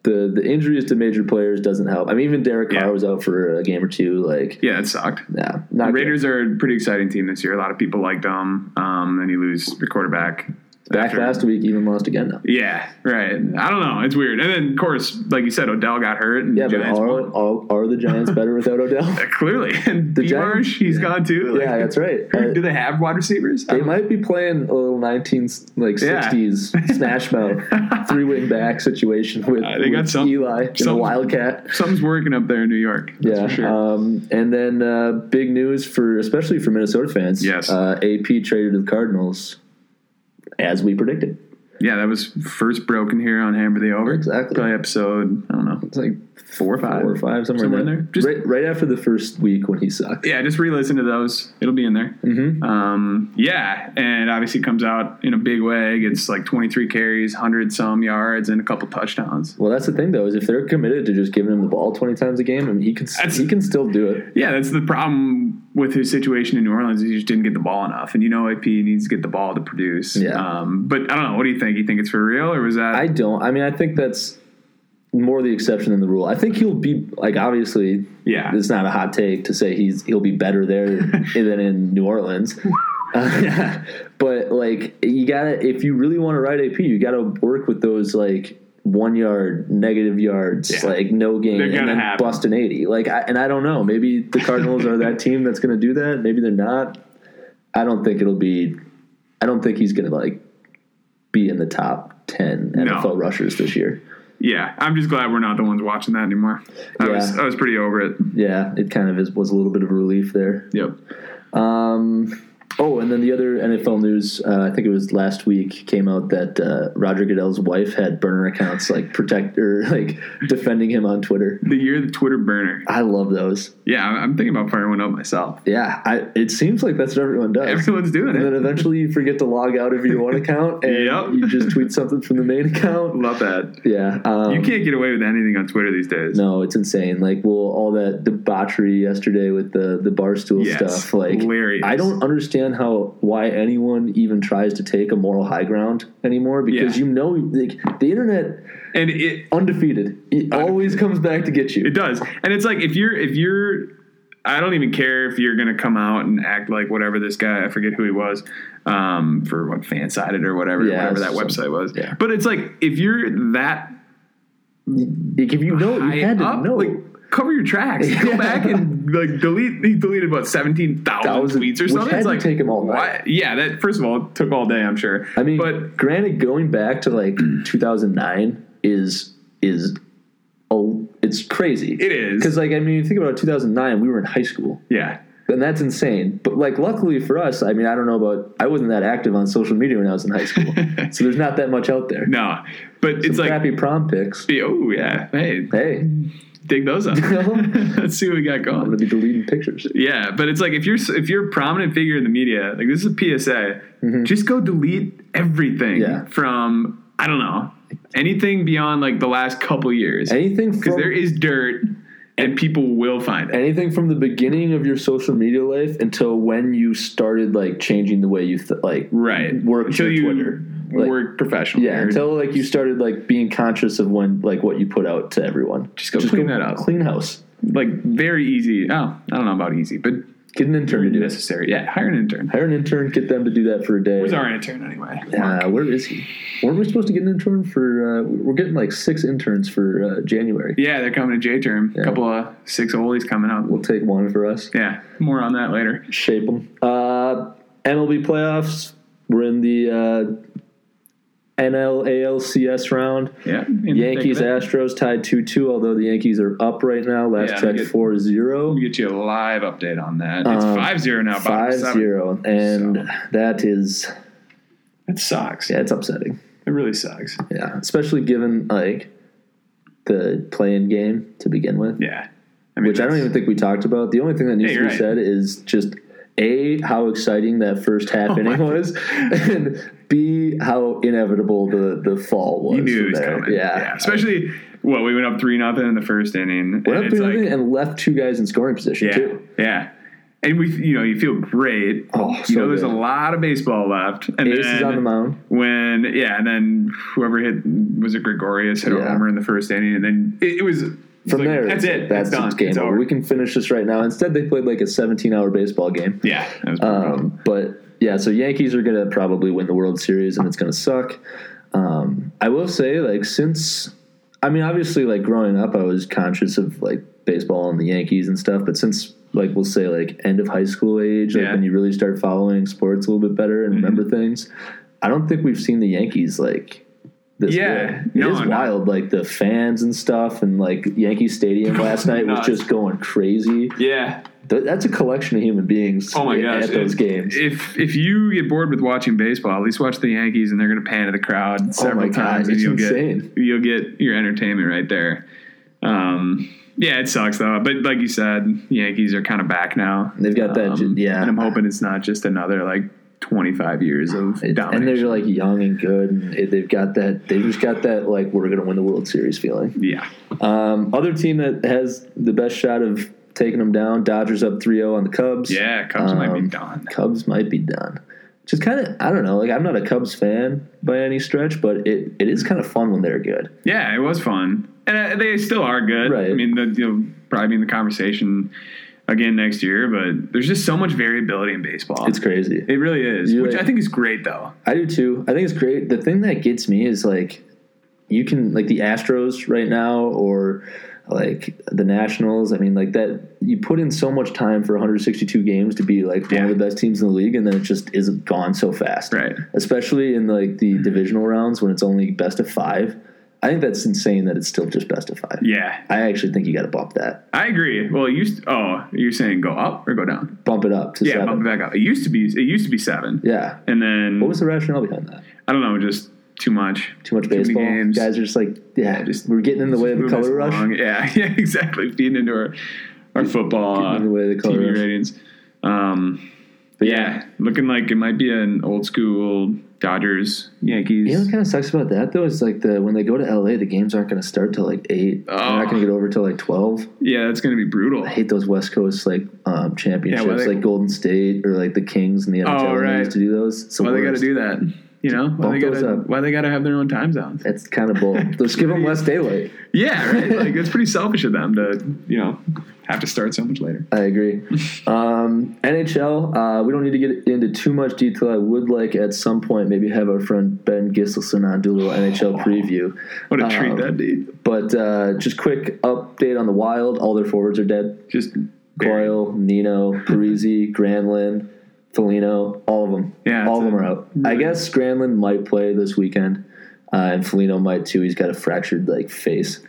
Speaker 2: the the injuries to major players doesn't help. I mean, even Derek Carr
Speaker 3: Yeah.
Speaker 2: was out for a game or two. Like,
Speaker 3: Yeah, it sucked.
Speaker 2: yeah, not
Speaker 3: The
Speaker 2: good.
Speaker 3: Raiders are a pretty exciting team this year. A lot of people like them. Um, then you lose your quarterback.
Speaker 2: back
Speaker 3: after-
Speaker 2: last week, even lost again now.
Speaker 3: Yeah, right. I don't know. It's weird. And then, of course, like you said, Odell got hurt. And
Speaker 2: Yeah, but
Speaker 3: Giants
Speaker 2: are,
Speaker 3: won.
Speaker 2: are are the Giants better without Odell?
Speaker 3: clearly. And
Speaker 2: The
Speaker 3: B.
Speaker 2: Giants-
Speaker 3: Marsh, he's gone too. Like,
Speaker 2: yeah, that's right.
Speaker 3: Do
Speaker 2: Uh,
Speaker 3: they have wide receivers? I
Speaker 2: they
Speaker 3: don't-
Speaker 2: might be playing a little nineteen like
Speaker 3: Yeah.
Speaker 2: sixties smash mouth three wing back situation with,
Speaker 3: Uh, they got
Speaker 2: with
Speaker 3: some-
Speaker 2: Eli and a
Speaker 3: some-
Speaker 2: Wildcat.
Speaker 3: Something's working up there in New York. That's
Speaker 2: Yeah,
Speaker 3: for sure.
Speaker 2: um, and then uh, big news for especially for Minnesota fans.
Speaker 3: Yes.
Speaker 2: uh, AP traded to the Cardinals, as we predicted.
Speaker 3: yeah, that was first broken here on Hammer the Over.
Speaker 2: Exactly.
Speaker 3: Probably episode, I don't know,
Speaker 2: It's like
Speaker 3: four or five.
Speaker 2: four or five somewhere,
Speaker 3: Somewhere
Speaker 2: in there.
Speaker 3: in there. Just-
Speaker 2: right, right after the first week when he sucked.
Speaker 3: Yeah, just re-listen to those. It'll be in there.
Speaker 2: Mm-hmm.
Speaker 3: Um, yeah, and obviously comes out in a big way. Gets like 23 carries, 100 some yards, and a couple touchdowns.
Speaker 2: Well, that's the thing though is if they're committed to just giving him the ball twenty times a game, I mean he can
Speaker 3: That's-
Speaker 2: he can still do it.
Speaker 3: Yeah, that's the problem with his situation in New Orleans. Is he just didn't get the ball enough, and you know AP needs to get the ball to produce.
Speaker 2: Yeah.
Speaker 3: Um, but I don't know. What do you think? You think it's for real, or was that?
Speaker 2: I don't. I mean, I think that's more the exception than the rule. I think he'll be like obviously
Speaker 3: yeah.
Speaker 2: it's not a hot take to say he's he'll be better there than in New Orleans. Uh, yeah. But like you gotta if you really want to ride AP, you gotta work with those like one yard, negative yards,
Speaker 3: Yeah.
Speaker 2: like no gain,
Speaker 3: They're
Speaker 2: and
Speaker 3: gonna
Speaker 2: then
Speaker 3: happen.
Speaker 2: bust an eighty. Like I, and I don't know. Maybe the Cardinals are that team that's gonna do that. Maybe they're not. I don't think it'll be I don't think he's gonna like be in the top ten NFL rushers this year.
Speaker 3: Yeah, I'm just glad we're not the ones watching that anymore. I
Speaker 2: Yeah.
Speaker 3: was I was pretty over it.
Speaker 2: Yeah, it kind of is, was a little bit of a relief there.
Speaker 3: Yep.
Speaker 2: Um, oh, and then the other NFL news, uh, I think it was last week, came out that uh, Roger Goodell's wife had burner accounts like protect or like defending him on Twitter.
Speaker 3: The year of the Twitter burner.
Speaker 2: I love those.
Speaker 3: Yeah, I'm I'm thinking about firing one up myself.
Speaker 2: Yeah, I, it seems like that's what everyone does.
Speaker 3: Everyone's doing
Speaker 2: and then
Speaker 3: it.
Speaker 2: eventually you forget to log out of your one account and
Speaker 3: Yep.
Speaker 2: you just tweet something from the main account.
Speaker 3: Love that.
Speaker 2: Yeah. Um,
Speaker 3: You can't get away with anything on Twitter these days.
Speaker 2: No, it's insane. Like, well, all that debauchery yesterday with the the barstool
Speaker 3: Yes,
Speaker 2: stuff. Like,
Speaker 3: hilarious.
Speaker 2: I don't understand how why anyone even tries to take a moral high ground anymore because
Speaker 3: Yeah.
Speaker 2: you know, like, the internet
Speaker 3: And it
Speaker 2: undefeated. It always comes back to get
Speaker 3: it
Speaker 2: you.
Speaker 3: does. And it's like if you're if you're I don't even care if you're gonna come out and act like whatever this guy I forget who he was um, for what fan sided or whatever
Speaker 2: Yeah,
Speaker 3: whatever that
Speaker 2: some-
Speaker 3: website was.
Speaker 2: yeah.
Speaker 3: But it's like if you're that
Speaker 2: Like, if you know, it,
Speaker 3: high
Speaker 2: you had to
Speaker 3: up,
Speaker 2: know.
Speaker 3: like cover your tracks. Go back and like delete. He deleted about seventeen thousand
Speaker 2: Thousand,
Speaker 3: tweets or
Speaker 2: which
Speaker 3: something.
Speaker 2: had
Speaker 3: It's
Speaker 2: to
Speaker 3: like
Speaker 2: take him all
Speaker 3: why-
Speaker 2: night.
Speaker 3: Yeah, that first of all it took all day. I'm sure.
Speaker 2: I mean,
Speaker 3: but
Speaker 2: granted, going back to like 2009 is is oh, it's crazy.
Speaker 3: it is.
Speaker 2: Because like I mean, think about 2009. We were in high school.
Speaker 3: yeah,
Speaker 2: and that's insane. But like, luckily for us, I mean, I don't know about. I wasn't that active on social media when I was in high school, so there's not that much out there.
Speaker 3: no, but it's
Speaker 2: Some
Speaker 3: like
Speaker 2: crappy prom pics.
Speaker 3: oh yeah, hey,
Speaker 2: Hey, I'm
Speaker 3: dig those up. Let's see what we got going.
Speaker 2: gonna be deleting pictures.
Speaker 3: Yeah, but it's like if you're if you're a prominent figure in the media, like this is a PSA, just go delete everything
Speaker 2: Mm-hmm. Yeah.
Speaker 3: from I don't know anything beyond like the last couple years.
Speaker 2: Anything
Speaker 3: because
Speaker 2: from
Speaker 3: there is dirt and people will find it.
Speaker 2: anything from the beginning of your social media life until when you started like changing the way you th- like
Speaker 3: Right.
Speaker 2: work
Speaker 3: until
Speaker 2: your
Speaker 3: you
Speaker 2: Twitter. Like-
Speaker 3: work professionally.
Speaker 2: yeah
Speaker 3: or
Speaker 2: until like you started like being conscious of when like what you put out to everyone.
Speaker 3: Just go clean that up.
Speaker 2: Clean house.
Speaker 3: like very easy. Oh, I don't know about easy, but
Speaker 2: Get an intern to do it.
Speaker 3: necessary. Yeah, hire an intern.
Speaker 2: Hire an intern. Get them to do that for a day.
Speaker 3: Who's our intern anyway?
Speaker 2: Uh, where is he? Where are we supposed to get an intern for? Uh, we're getting like six interns for uh, January.
Speaker 3: Yeah, they're coming to J term. A couple of six oldies coming up.
Speaker 2: We'll take one for us.
Speaker 3: Yeah, more on that later.
Speaker 2: Shape them. Uh, MLB playoffs. We're in the uh, NLALCS round.
Speaker 3: Yeah. in the thick of
Speaker 2: Yankees
Speaker 3: it.
Speaker 2: Astros tied 2 2, although the Yankees are up right now.
Speaker 3: Yeah,
Speaker 2: Last
Speaker 3: they
Speaker 2: check
Speaker 3: get-
Speaker 2: 4 0.
Speaker 3: We'll get you a live update on that. It's
Speaker 2: Um,
Speaker 3: five zero now. bottom
Speaker 2: 5
Speaker 3: seven.
Speaker 2: 0. And
Speaker 3: So-
Speaker 2: that is,
Speaker 3: That sucks.
Speaker 2: yeah, it's upsetting.
Speaker 3: It really sucks.
Speaker 2: Yeah. Especially given, like, the play in game to begin with,
Speaker 3: Yeah. I mean,
Speaker 2: which I don't even think we talked about. The only thing that needs
Speaker 3: Yeah,
Speaker 2: to be
Speaker 3: you're right.
Speaker 2: said is just A, how exciting that first half inning
Speaker 3: Oh my
Speaker 2: was, and B, how inevitable the, the fall was.
Speaker 3: you knew
Speaker 2: from
Speaker 3: it was
Speaker 2: there.
Speaker 3: coming.
Speaker 2: Yeah.
Speaker 3: Especially well, we went up three nothing in the first inning.
Speaker 2: Went
Speaker 3: and
Speaker 2: up
Speaker 3: it's
Speaker 2: three
Speaker 3: like,
Speaker 2: nothing and left two guys in scoring position,
Speaker 3: Yeah.
Speaker 2: too.
Speaker 3: Yeah. And we, you know, you feel great.
Speaker 2: Oh,
Speaker 3: you
Speaker 2: so
Speaker 3: know, there's
Speaker 2: good.
Speaker 3: a lot of baseball left. And
Speaker 2: Ace is
Speaker 3: then
Speaker 2: on the mound.
Speaker 3: When yeah, and then whoever hit was it Gregorius hit a
Speaker 2: Yeah.
Speaker 3: homer in the first inning, and then it, it was from
Speaker 2: From there,
Speaker 3: That's
Speaker 2: it's-
Speaker 3: it.
Speaker 2: That's
Speaker 3: That's done.
Speaker 2: it's game
Speaker 3: It's
Speaker 2: over.
Speaker 3: over.
Speaker 2: We can finish this right now. Instead, they played like a 17-hour baseball game.
Speaker 3: yeah, that was brutal.
Speaker 2: Um, but yeah, so Yankees are gonna probably win the World Series, and it's gonna suck. Um, I will say, like, since I mean, obviously, like growing up, I was conscious of like baseball and the Yankees and stuff. But since like we'll say like end of high school age, like
Speaker 3: Yeah. Mm-hmm.
Speaker 2: when you really start following sports a little bit better and remember things, I don't think we've seen the Yankees like. This
Speaker 3: Yeah,
Speaker 2: good.
Speaker 3: no,
Speaker 2: it is
Speaker 3: no.
Speaker 2: wild. Like the fans and stuff, and like Yankee Stadium last night was
Speaker 3: Nuts.
Speaker 2: just going crazy.
Speaker 3: yeah.
Speaker 2: Th- that's a collection of human beings
Speaker 3: Oh my gosh.
Speaker 2: at those
Speaker 3: If-
Speaker 2: games.
Speaker 3: If if you get bored with watching baseball, at least watch the Yankees, and they're going to pan to the crowd several
Speaker 2: God,
Speaker 3: times,
Speaker 2: Oh
Speaker 3: and
Speaker 2: it's
Speaker 3: you'll
Speaker 2: insane.
Speaker 3: get you'll get your entertainment right there. Um, yeah, it sucks though, but like you said, Yankees are kind of back now.
Speaker 2: They've got that
Speaker 3: Um,
Speaker 2: ju- yeah.
Speaker 3: and I'm hoping it's not just another like 25 years of
Speaker 2: It- and
Speaker 3: domination.
Speaker 2: they're like young and good, and it, they've got that. They just got that like we're gonna win the World Series feeling.
Speaker 3: yeah,
Speaker 2: Um, other team that has the best shot of taking them down, Dodgers up 3-0 on the Cubs.
Speaker 3: yeah, Cubs might be
Speaker 2: Um,
Speaker 3: done.
Speaker 2: Cubs might be done. Which is kind of I don't know. Like I'm not a Cubs fan by any stretch, but it, it is kind of fun when they're good.
Speaker 3: Yeah, it was fun, and uh, they still are good.
Speaker 2: Right.
Speaker 3: I mean, the, you'll probably be in the conversation again next year, but there's just so much variability in baseball.
Speaker 2: It's crazy.
Speaker 3: It really is,
Speaker 2: You,
Speaker 3: which
Speaker 2: like-
Speaker 3: I think is great though.
Speaker 2: I do too. I think it's great. The thing that gets me is like you can like the Astros right now or like the Nationals. I mean, like that you put in so much time for 162 games to be like one
Speaker 3: Yeah.
Speaker 2: of the best teams in the league, and then it just is gone so fast.
Speaker 3: Right.
Speaker 2: Especially in like the divisional rounds when it's only best of five. I think that's insane that it's still just best of five.
Speaker 3: Yeah,
Speaker 2: I actually think you got to bump that,
Speaker 3: I agree. Well, you st- oh, you're saying go up or go down?
Speaker 2: bump it up to
Speaker 3: Yeah,
Speaker 2: seven.
Speaker 3: bump it back up. It used to be it used to be seven,
Speaker 2: Yeah.
Speaker 3: and then
Speaker 2: What was the rationale behind that?
Speaker 3: I don't know, just too much.
Speaker 2: Too much
Speaker 3: many
Speaker 2: baseball.
Speaker 3: games.
Speaker 2: Guys are just like, yeah,
Speaker 3: just-
Speaker 2: we're getting in the way of the
Speaker 3: Moving us
Speaker 2: color rush.
Speaker 3: along. Yeah, yeah, exactly. Feeding into our our football
Speaker 2: Getting
Speaker 3: uh,
Speaker 2: in the way of the color
Speaker 3: TV
Speaker 2: rush.
Speaker 3: ratings. Um, but yeah, looking like it might be an old school Dodgers Yankees.
Speaker 2: You know what kind of sucks about that though is like the when they go to LA, the games aren't going to start till like eight. They're not
Speaker 3: Oh.
Speaker 2: going to get over till like twelve.
Speaker 3: Yeah, that's gonna be brutal.
Speaker 2: I hate those West Coast like um, championships,
Speaker 3: they- Oh,
Speaker 2: like Golden State or like the Kings and the NHL. when they
Speaker 3: right.
Speaker 2: used to do those. It's the
Speaker 3: Why they gotta
Speaker 2: worst.
Speaker 3: do that? You know, why
Speaker 2: Bump
Speaker 3: they
Speaker 2: those
Speaker 3: gotta
Speaker 2: up.
Speaker 3: why they gotta have their own time zones?
Speaker 2: It's kind of bull. Just give them less daylight.
Speaker 3: Yeah, right. like it's pretty selfish of them to you know have to start so much later.
Speaker 2: I agree. Um, NHL, uh, we don't need to get into too much detail. I would like at some point maybe have our friend Ben Gisselson on do a little NHL preview.
Speaker 3: Oh. What a treat
Speaker 2: Um,
Speaker 3: that'd be.
Speaker 2: But uh, just quick update on the Wild. All their forwards are dead.
Speaker 3: Just
Speaker 2: Coyle, Nino, Parisi, Granlund, Felino, all of them.
Speaker 3: Yeah,
Speaker 2: all of
Speaker 3: it's
Speaker 2: them
Speaker 3: a-
Speaker 2: are out. I guess Granlund might play this weekend, uh, and Felino might too. He's got a fractured like face,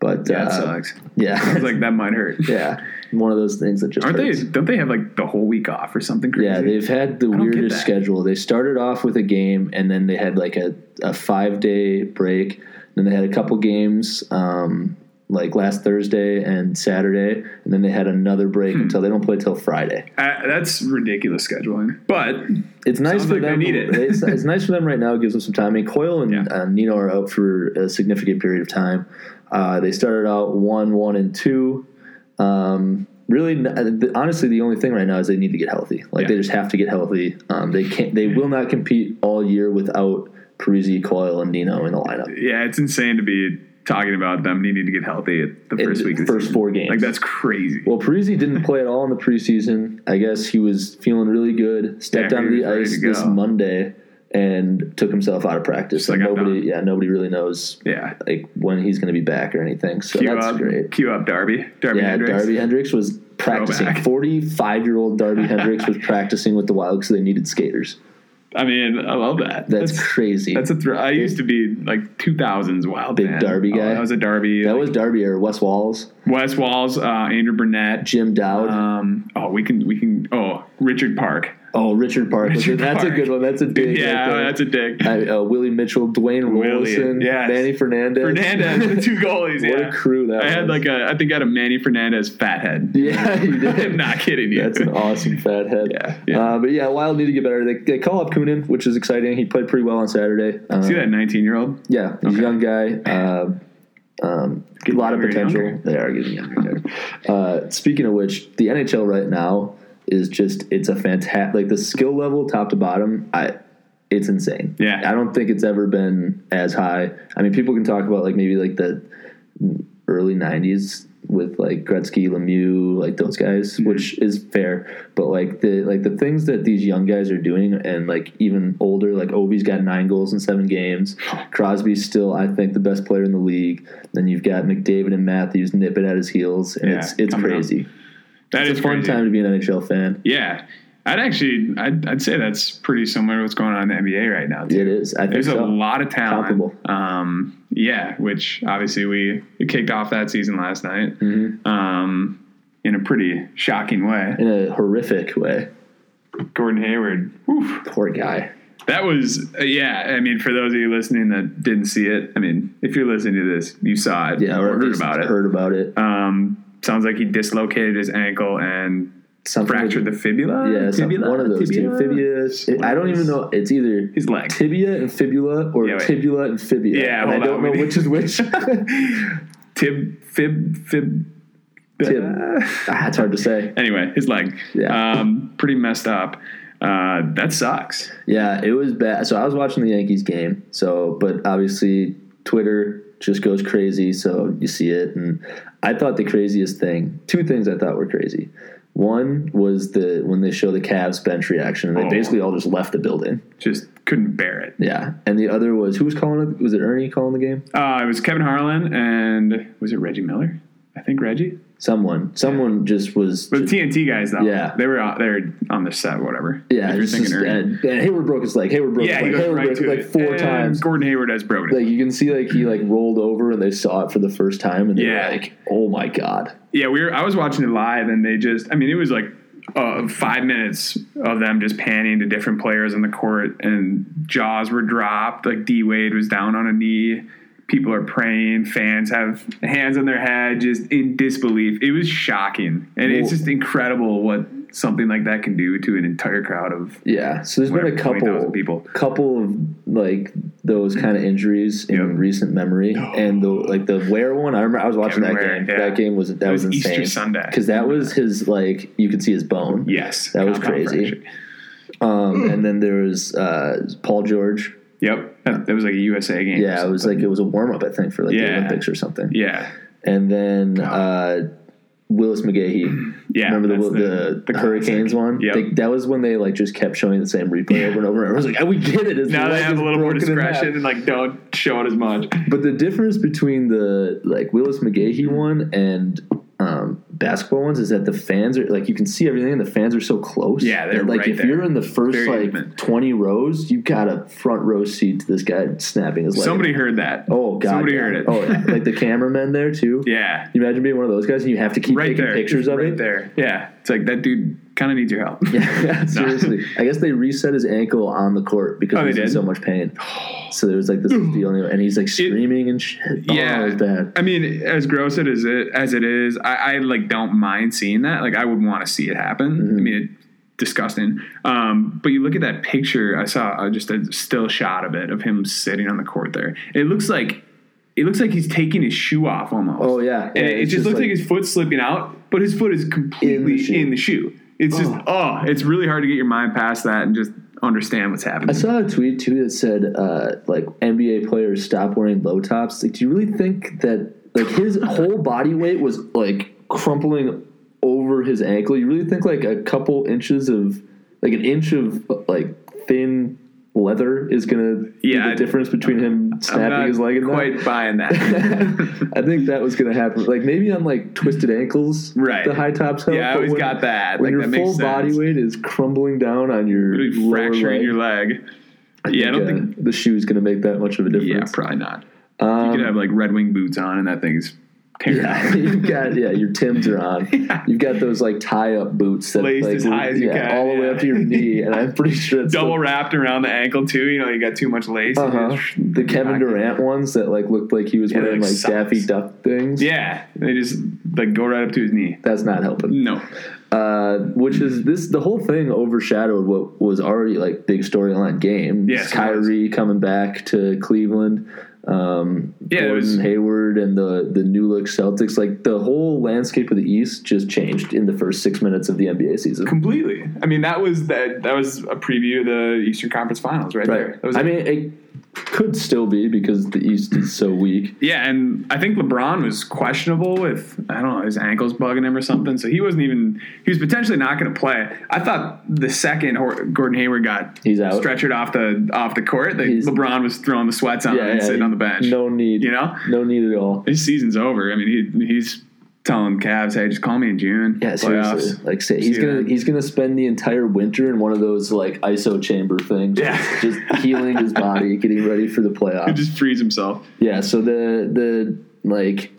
Speaker 2: but
Speaker 3: yeah, it
Speaker 2: uh,
Speaker 3: sucks.
Speaker 2: yeah,
Speaker 3: It's like that might hurt.
Speaker 2: yeah, one of those things that just
Speaker 3: Aren't
Speaker 2: hurts.
Speaker 3: they? Don't they have like the whole week off or something crazy?
Speaker 2: Yeah, they've had the
Speaker 3: don't get
Speaker 2: weirdest
Speaker 3: that.
Speaker 2: schedule. They started off with a game, and then they had like a, a five day break. Then they had a couple games, um, like last Thursday and Saturday, and then they had another break
Speaker 3: Hmm.
Speaker 2: until they don't play till Friday.
Speaker 3: Uh, that's ridiculous scheduling. But
Speaker 2: It's nice
Speaker 3: Sounds
Speaker 2: for
Speaker 3: like they
Speaker 2: them.
Speaker 3: need it.
Speaker 2: it's, it's nice for them right now. It gives them some time. I mean, Coyle and
Speaker 3: Yeah.
Speaker 2: uh, Nino are out for a significant period of time. Uh, they started out one, one, and two. Um, really, n- the- honestly, the only thing right now is they need to get healthy. Like
Speaker 3: Yeah.
Speaker 2: they just have to get healthy. Um, they can't. They will not compete all year without Parisi, Coyle, and Nino in the lineup.
Speaker 3: yeah, it's insane to be talking about them needing to get healthy at the
Speaker 2: In
Speaker 3: first
Speaker 2: the
Speaker 3: week. Of the
Speaker 2: first
Speaker 3: season.
Speaker 2: four games.
Speaker 3: like that's crazy.
Speaker 2: Well, Parisi didn't play at all in the preseason. I guess he was feeling really good. Stepped
Speaker 3: Yeah, he
Speaker 2: onto the
Speaker 3: was ready
Speaker 2: ice
Speaker 3: to
Speaker 2: this
Speaker 3: go.
Speaker 2: Monday and took himself out of practice.
Speaker 3: like,
Speaker 2: and
Speaker 3: I'm
Speaker 2: nobody, yeah, nobody really knows
Speaker 3: yeah,
Speaker 2: like when he's going to be back or anything. So
Speaker 3: cue
Speaker 2: that's
Speaker 3: up,
Speaker 2: great.
Speaker 3: cue up Darby, Darby
Speaker 2: Yeah,
Speaker 3: Hendricks.
Speaker 2: Darby Hendricks was practicing.
Speaker 3: Throwback.
Speaker 2: Forty-five-year-old Darby Hendricks was practicing with the Wild because they needed skaters.
Speaker 3: I mean, I love that.
Speaker 2: That's, crazy.
Speaker 3: That's a thr I used to be like 2000s wild
Speaker 2: Big
Speaker 3: man. Oh,
Speaker 2: Darby guy?
Speaker 3: I was a Darby.
Speaker 2: that
Speaker 3: like,
Speaker 2: was Darby or Wes Walls,
Speaker 3: Wes Walls, uh, Andrew Burnett.
Speaker 2: Jim Dowd.
Speaker 3: Um, oh, we can we can. Oh, Richard Park.
Speaker 2: oh, Richard Park. was it?
Speaker 3: Richard
Speaker 2: that's a
Speaker 3: Park.
Speaker 2: good one. That's a big.
Speaker 3: Yeah,
Speaker 2: right there.
Speaker 3: that's a dick.
Speaker 2: I, uh, Willie Mitchell, Dwayne
Speaker 3: Willie,
Speaker 2: Wilson,
Speaker 3: yes.
Speaker 2: Manny Fernandez.
Speaker 3: Fernandez, the two goalies.
Speaker 2: what
Speaker 3: yeah.
Speaker 2: a crew that
Speaker 3: I had
Speaker 2: was.
Speaker 3: like a. I think I had a Manny Fernandez fat head.
Speaker 2: yeah, you did.
Speaker 3: I'm not kidding you.
Speaker 2: That's an awesome fat head.
Speaker 3: Yeah, yeah.
Speaker 2: Uh, but yeah, Wild need to get better. They, they call up Kunin, which is exciting. He played pretty well on Saturday. Um,
Speaker 3: See that 19 year old?
Speaker 2: Yeah, he's a young guy. Uh, um, a lot of
Speaker 3: younger and
Speaker 2: potential.
Speaker 3: younger.
Speaker 2: They are getting younger. and younger. uh, speaking of which, the NHL right now is just it's a fantastic like the skill level top to bottom. I it's insane.
Speaker 3: Yeah.
Speaker 2: I don't think it's ever been as high. I mean, people can talk about like maybe like the early '90s with like Gretzky, Lemieux, like those guys,
Speaker 3: Mm-hmm.
Speaker 2: which is fair. But like the like the things that these young guys are doing, and like even older, like Ovi's got nine goals in seven games. Crosby's still, I think, the best player in the league. Then you've got McDavid and Matthews nipping at his heels, and
Speaker 3: Yeah,
Speaker 2: it's it's
Speaker 3: coming up.
Speaker 2: crazy.
Speaker 3: That
Speaker 2: It's
Speaker 3: is
Speaker 2: a fun
Speaker 3: crazy.
Speaker 2: time to be an NHL fan.
Speaker 3: Yeah, I'd actually, I'd, I'd say that's pretty similar to what's going on in the NBA right now. Too.
Speaker 2: It is. I think
Speaker 3: There's
Speaker 2: so.
Speaker 3: a lot of talent.
Speaker 2: Comparable.
Speaker 3: Um, yeah, which obviously we we kicked off that season last night
Speaker 2: Mm-hmm.
Speaker 3: um, in a pretty shocking way.
Speaker 2: in a horrific way.
Speaker 3: Gordon Hayward, whew,
Speaker 2: Poor guy.
Speaker 3: that was uh, yeah. I mean, for those of you listening that didn't see it, I mean, if you're listening to this, you saw it
Speaker 2: Yeah, or, at
Speaker 3: heard
Speaker 2: least
Speaker 3: about it.
Speaker 2: Heard about it.
Speaker 3: Um, sounds like he dislocated his ankle and
Speaker 2: Something with-
Speaker 3: fractured the fibula.
Speaker 2: Yeah, some-
Speaker 3: Fibula?
Speaker 2: one of those
Speaker 3: Tibia?
Speaker 2: two fibulas. It-
Speaker 3: One
Speaker 2: I
Speaker 3: of
Speaker 2: don't even
Speaker 3: those.
Speaker 2: know. It's either
Speaker 3: His leg.
Speaker 2: tibia and fibula, or
Speaker 3: Yeah, wait.
Speaker 2: tibula and fibia.
Speaker 3: Yeah,
Speaker 2: and I
Speaker 3: hold
Speaker 2: don't
Speaker 3: on,
Speaker 2: know
Speaker 3: we need-
Speaker 2: which is which.
Speaker 3: Tib fib fib.
Speaker 2: Tib.
Speaker 3: Uh,
Speaker 2: ah, it's hard to say.
Speaker 3: anyway, his leg.
Speaker 2: Yeah.
Speaker 3: Um, pretty messed up. Uh, that sucks.
Speaker 2: Yeah, it was bad. So I was watching the Yankees game. So, but obviously Twitter just goes crazy. So you see it, and I thought the craziest thing. Two things I thought were crazy. One was the when they show the Cavs bench reaction, and they
Speaker 3: Oh.
Speaker 2: basically all just left the building.
Speaker 3: Just couldn't bear it.
Speaker 2: Yeah, and the other was who was calling it? Was it Ernie calling the game?
Speaker 3: Uh, it was Kevin Harlan and was it Reggie Miller? I think Reggie.
Speaker 2: Someone, someone just was.
Speaker 3: But
Speaker 2: just-
Speaker 3: the TNT guys though.
Speaker 2: Yeah.
Speaker 3: They were on, they were on their set, whatever.
Speaker 2: Yeah,
Speaker 3: If you're
Speaker 2: it's
Speaker 3: thinking
Speaker 2: just,
Speaker 3: Ernie.
Speaker 2: and, and Hayward broke his leg. Hayward broke his
Speaker 3: Yeah, he
Speaker 2: leg.
Speaker 3: goes
Speaker 2: Hayward
Speaker 3: right
Speaker 2: broke
Speaker 3: to
Speaker 2: like
Speaker 3: it.
Speaker 2: four
Speaker 3: And
Speaker 2: times.
Speaker 3: Gordon Hayward has broken it.
Speaker 2: Like you can see, like he like rolled over and they saw it for the first time, and they're
Speaker 3: Yeah.
Speaker 2: like, "Oh my god!"
Speaker 3: yeah, we were. I was watching it live, and they just. I mean, it was like uh, five minutes of them just panning to different players on the court, and jaws were dropped. Like D Wade was down on a knee. People are praying. Fans have hands on their head, just in disbelief. It was shocking, and it's
Speaker 2: Well-
Speaker 3: just incredible what something like that can do to an entire crowd of.
Speaker 2: Yeah, so there's been a
Speaker 3: Whatever, 20,000
Speaker 2: couple
Speaker 3: people.
Speaker 2: couple of like those kind of injuries in
Speaker 3: Yep.
Speaker 2: recent memory, and the like the Ware one. I remember I was watching
Speaker 3: Kevin
Speaker 2: that
Speaker 3: Ware,
Speaker 2: game.
Speaker 3: yeah.
Speaker 2: That game was that
Speaker 3: was
Speaker 2: was
Speaker 3: Easter
Speaker 2: insane
Speaker 3: Sunday.
Speaker 2: because that was his like you could see his bone.
Speaker 3: Yes,
Speaker 2: That was
Speaker 3: compound
Speaker 2: crazy.
Speaker 3: fracture.
Speaker 2: Um, and then there was uh, Paul George.
Speaker 3: Yep, that, that was like a USA game. or
Speaker 2: Yeah, it was like it was a warm up I think for like the
Speaker 3: Yeah.
Speaker 2: Olympics or something.
Speaker 3: something. yeah,
Speaker 2: and then uh, Willis McGahee.
Speaker 3: yeah.
Speaker 2: Remember
Speaker 3: that's
Speaker 2: the the, the,
Speaker 3: classic.
Speaker 2: Hurricanes one?
Speaker 3: Yep.
Speaker 2: They- that was when they like just kept showing the same replay over and over. And I was like, oh, we get it. His
Speaker 3: Now they
Speaker 2: leg
Speaker 3: have
Speaker 2: is
Speaker 3: a little more
Speaker 2: broken in half."
Speaker 3: discretion and like don't show it as much.
Speaker 2: But the difference between the like Willis McGahee one and um, basketball ones is that the fans are like you can see everything and the fans are so close.
Speaker 3: Yeah, they're
Speaker 2: That, like
Speaker 3: right
Speaker 2: if
Speaker 3: there.
Speaker 2: you're in the first
Speaker 3: Very
Speaker 2: like
Speaker 3: intimate.
Speaker 2: twenty rows, you've got a front row seat to this guy snapping his leg.
Speaker 3: Somebody heard that.
Speaker 2: oh god,
Speaker 3: somebody
Speaker 2: yeah.
Speaker 3: heard it.
Speaker 2: Oh, yeah. like the cameraman there too.
Speaker 3: yeah,
Speaker 2: You imagine being one of those guys and you have to keep
Speaker 3: right
Speaker 2: taking
Speaker 3: there.
Speaker 2: pictures of
Speaker 3: right
Speaker 2: it.
Speaker 3: there. Yeah, it's like that dude kind of needs your help.
Speaker 2: Yeah, seriously. I guess they reset his ankle on the court because
Speaker 3: Oh,
Speaker 2: he
Speaker 3: they
Speaker 2: was in so
Speaker 3: did?
Speaker 2: much pain. So there was like this is the only, and he's like screaming and shit. Oh,
Speaker 3: Yeah.
Speaker 2: it was bad.
Speaker 3: I mean, as gross it is it as it is, I, I like don't mind seeing that. Like I would want to see it happen.
Speaker 2: Mm-hmm.
Speaker 3: I mean, it's disgusting. Um, but you look at that picture. I saw uh, just a still shot of it of him sitting on the court there. It looks like it looks like he's taking his shoe off almost.
Speaker 2: Oh yeah,
Speaker 3: and
Speaker 2: Yeah,
Speaker 3: it, it
Speaker 2: it's
Speaker 3: just, looks like, his foot's slipping out, but his foot is completely in
Speaker 2: shoe.
Speaker 3: the shoe. It's just
Speaker 2: Oh.
Speaker 3: oh, it's really hard to get your mind past that and just understand what's
Speaker 2: I
Speaker 3: happening.
Speaker 2: saw a tweet too that said uh, like NBA players stop wearing low tops. Like, do you really think that like his whole body weight was like crumpling over his ankle? You really think like a couple inches of like an inch of like thin leather is going to
Speaker 3: Yeah,
Speaker 2: be
Speaker 3: I-
Speaker 2: the difference between him
Speaker 3: I'm
Speaker 2: snapping
Speaker 3: not
Speaker 2: his leg and
Speaker 3: quite
Speaker 2: that.
Speaker 3: buying that.
Speaker 2: I think that was going to happen. Like maybe on like twisted ankles,
Speaker 3: Right.
Speaker 2: The high tops. help,
Speaker 3: Yeah, I
Speaker 2: but
Speaker 3: always
Speaker 2: when-
Speaker 3: got that.
Speaker 2: When
Speaker 3: Like,
Speaker 2: your
Speaker 3: that makes
Speaker 2: full
Speaker 3: sense.
Speaker 2: body weight is crumbling down on your
Speaker 3: Really
Speaker 2: lower
Speaker 3: fracturing
Speaker 2: leg,
Speaker 3: your leg. yeah, I don't
Speaker 2: uh,
Speaker 3: think.
Speaker 2: the shoe is going to make that much of a
Speaker 3: Yeah,
Speaker 2: difference.
Speaker 3: probably not.
Speaker 2: Um,
Speaker 3: You could have like Red Wing boots on, and that thing's tearing
Speaker 2: Yeah,
Speaker 3: out.
Speaker 2: you've got yeah, your Tims are on.
Speaker 3: Yeah.
Speaker 2: You've got those like tie up boots that
Speaker 3: Laced
Speaker 2: like,
Speaker 3: as high as you
Speaker 2: yeah,
Speaker 3: can,
Speaker 2: all the way
Speaker 3: yeah.
Speaker 2: up to your knee, and I'm pretty sure it's
Speaker 3: Double wrapped around the ankle too. You know, you got too much lace.
Speaker 2: the,
Speaker 3: and
Speaker 2: uh-huh.
Speaker 3: just-
Speaker 2: the Kevin Durant ones that like looked like he was
Speaker 3: they're,
Speaker 2: wearing
Speaker 3: like,
Speaker 2: like,
Speaker 3: socks.
Speaker 2: Daffy Duck things.
Speaker 3: Yeah, they just like go right up to his knee.
Speaker 2: that's not helping.
Speaker 3: No,
Speaker 2: Uh, which is this the whole thing overshadowed what was already like big storyline game.
Speaker 3: Yes, it was.
Speaker 2: Kyrie coming back to Cleveland. Um,
Speaker 3: Yeah, it
Speaker 2: Gordon
Speaker 3: was-
Speaker 2: Hayward and the the new look Celtics. Like the whole landscape of the East just changed in the first six minutes of the NBA season.
Speaker 3: completely. I mean, that was that. That was a preview of the Eastern Conference Finals, right, there.
Speaker 2: Right.
Speaker 3: That was
Speaker 2: I
Speaker 3: it.
Speaker 2: mean, it could still be because the East is so weak.
Speaker 3: yeah, and I think LeBron was questionable with I don't know his ankles bugging him or something, so he wasn't even he was potentially not going to play. I thought the second Hor- Gordon Hayward got
Speaker 2: He's out.
Speaker 3: stretchered off the off the court, that
Speaker 2: He's-
Speaker 3: LeBron was throwing the sweats on him and sitting on the bench.
Speaker 2: No need.
Speaker 3: You know?
Speaker 2: No need at all.
Speaker 3: his season's over. I mean, he he's telling Cavs, hey, just call me in June.
Speaker 2: Yeah, seriously. Like, say, he's
Speaker 3: See you
Speaker 2: gonna
Speaker 3: then.
Speaker 2: he's gonna spend the entire winter in one of those like ISO chamber things.
Speaker 3: Yeah.
Speaker 2: just healing his body, getting ready for the
Speaker 3: He
Speaker 2: playoffs.
Speaker 3: just frees himself.
Speaker 2: yeah. So the the like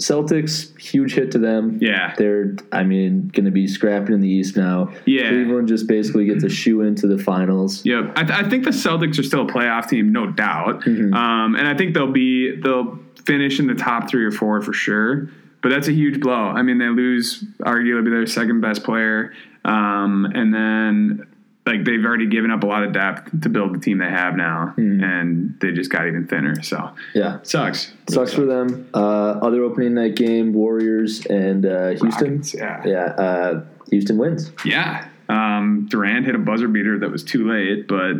Speaker 2: Celtics huge hit to them.
Speaker 3: Yeah.
Speaker 2: They're, I mean, going to be scrapping in the East now.
Speaker 3: Yeah.
Speaker 2: Cleveland just basically gets a shoe into the finals.
Speaker 3: Yep, I, th- I think the Celtics are still a playoff team, no doubt. Um, and I think they'll be they'll finish in the top three or four for sure. But that's a huge blow. I mean, they lose arguably their second best player, um, and then like they've already given up a lot of depth to build the team they have now, and they just got even thinner. So
Speaker 2: Yeah.
Speaker 3: sucks.
Speaker 2: Sucks for them. Uh, other opening night game, Warriors and uh, Houston.
Speaker 3: Rockets, yeah.
Speaker 2: Yeah, uh, Houston wins.
Speaker 3: Yeah. Um, Durant hit a buzzer beater that was too late, but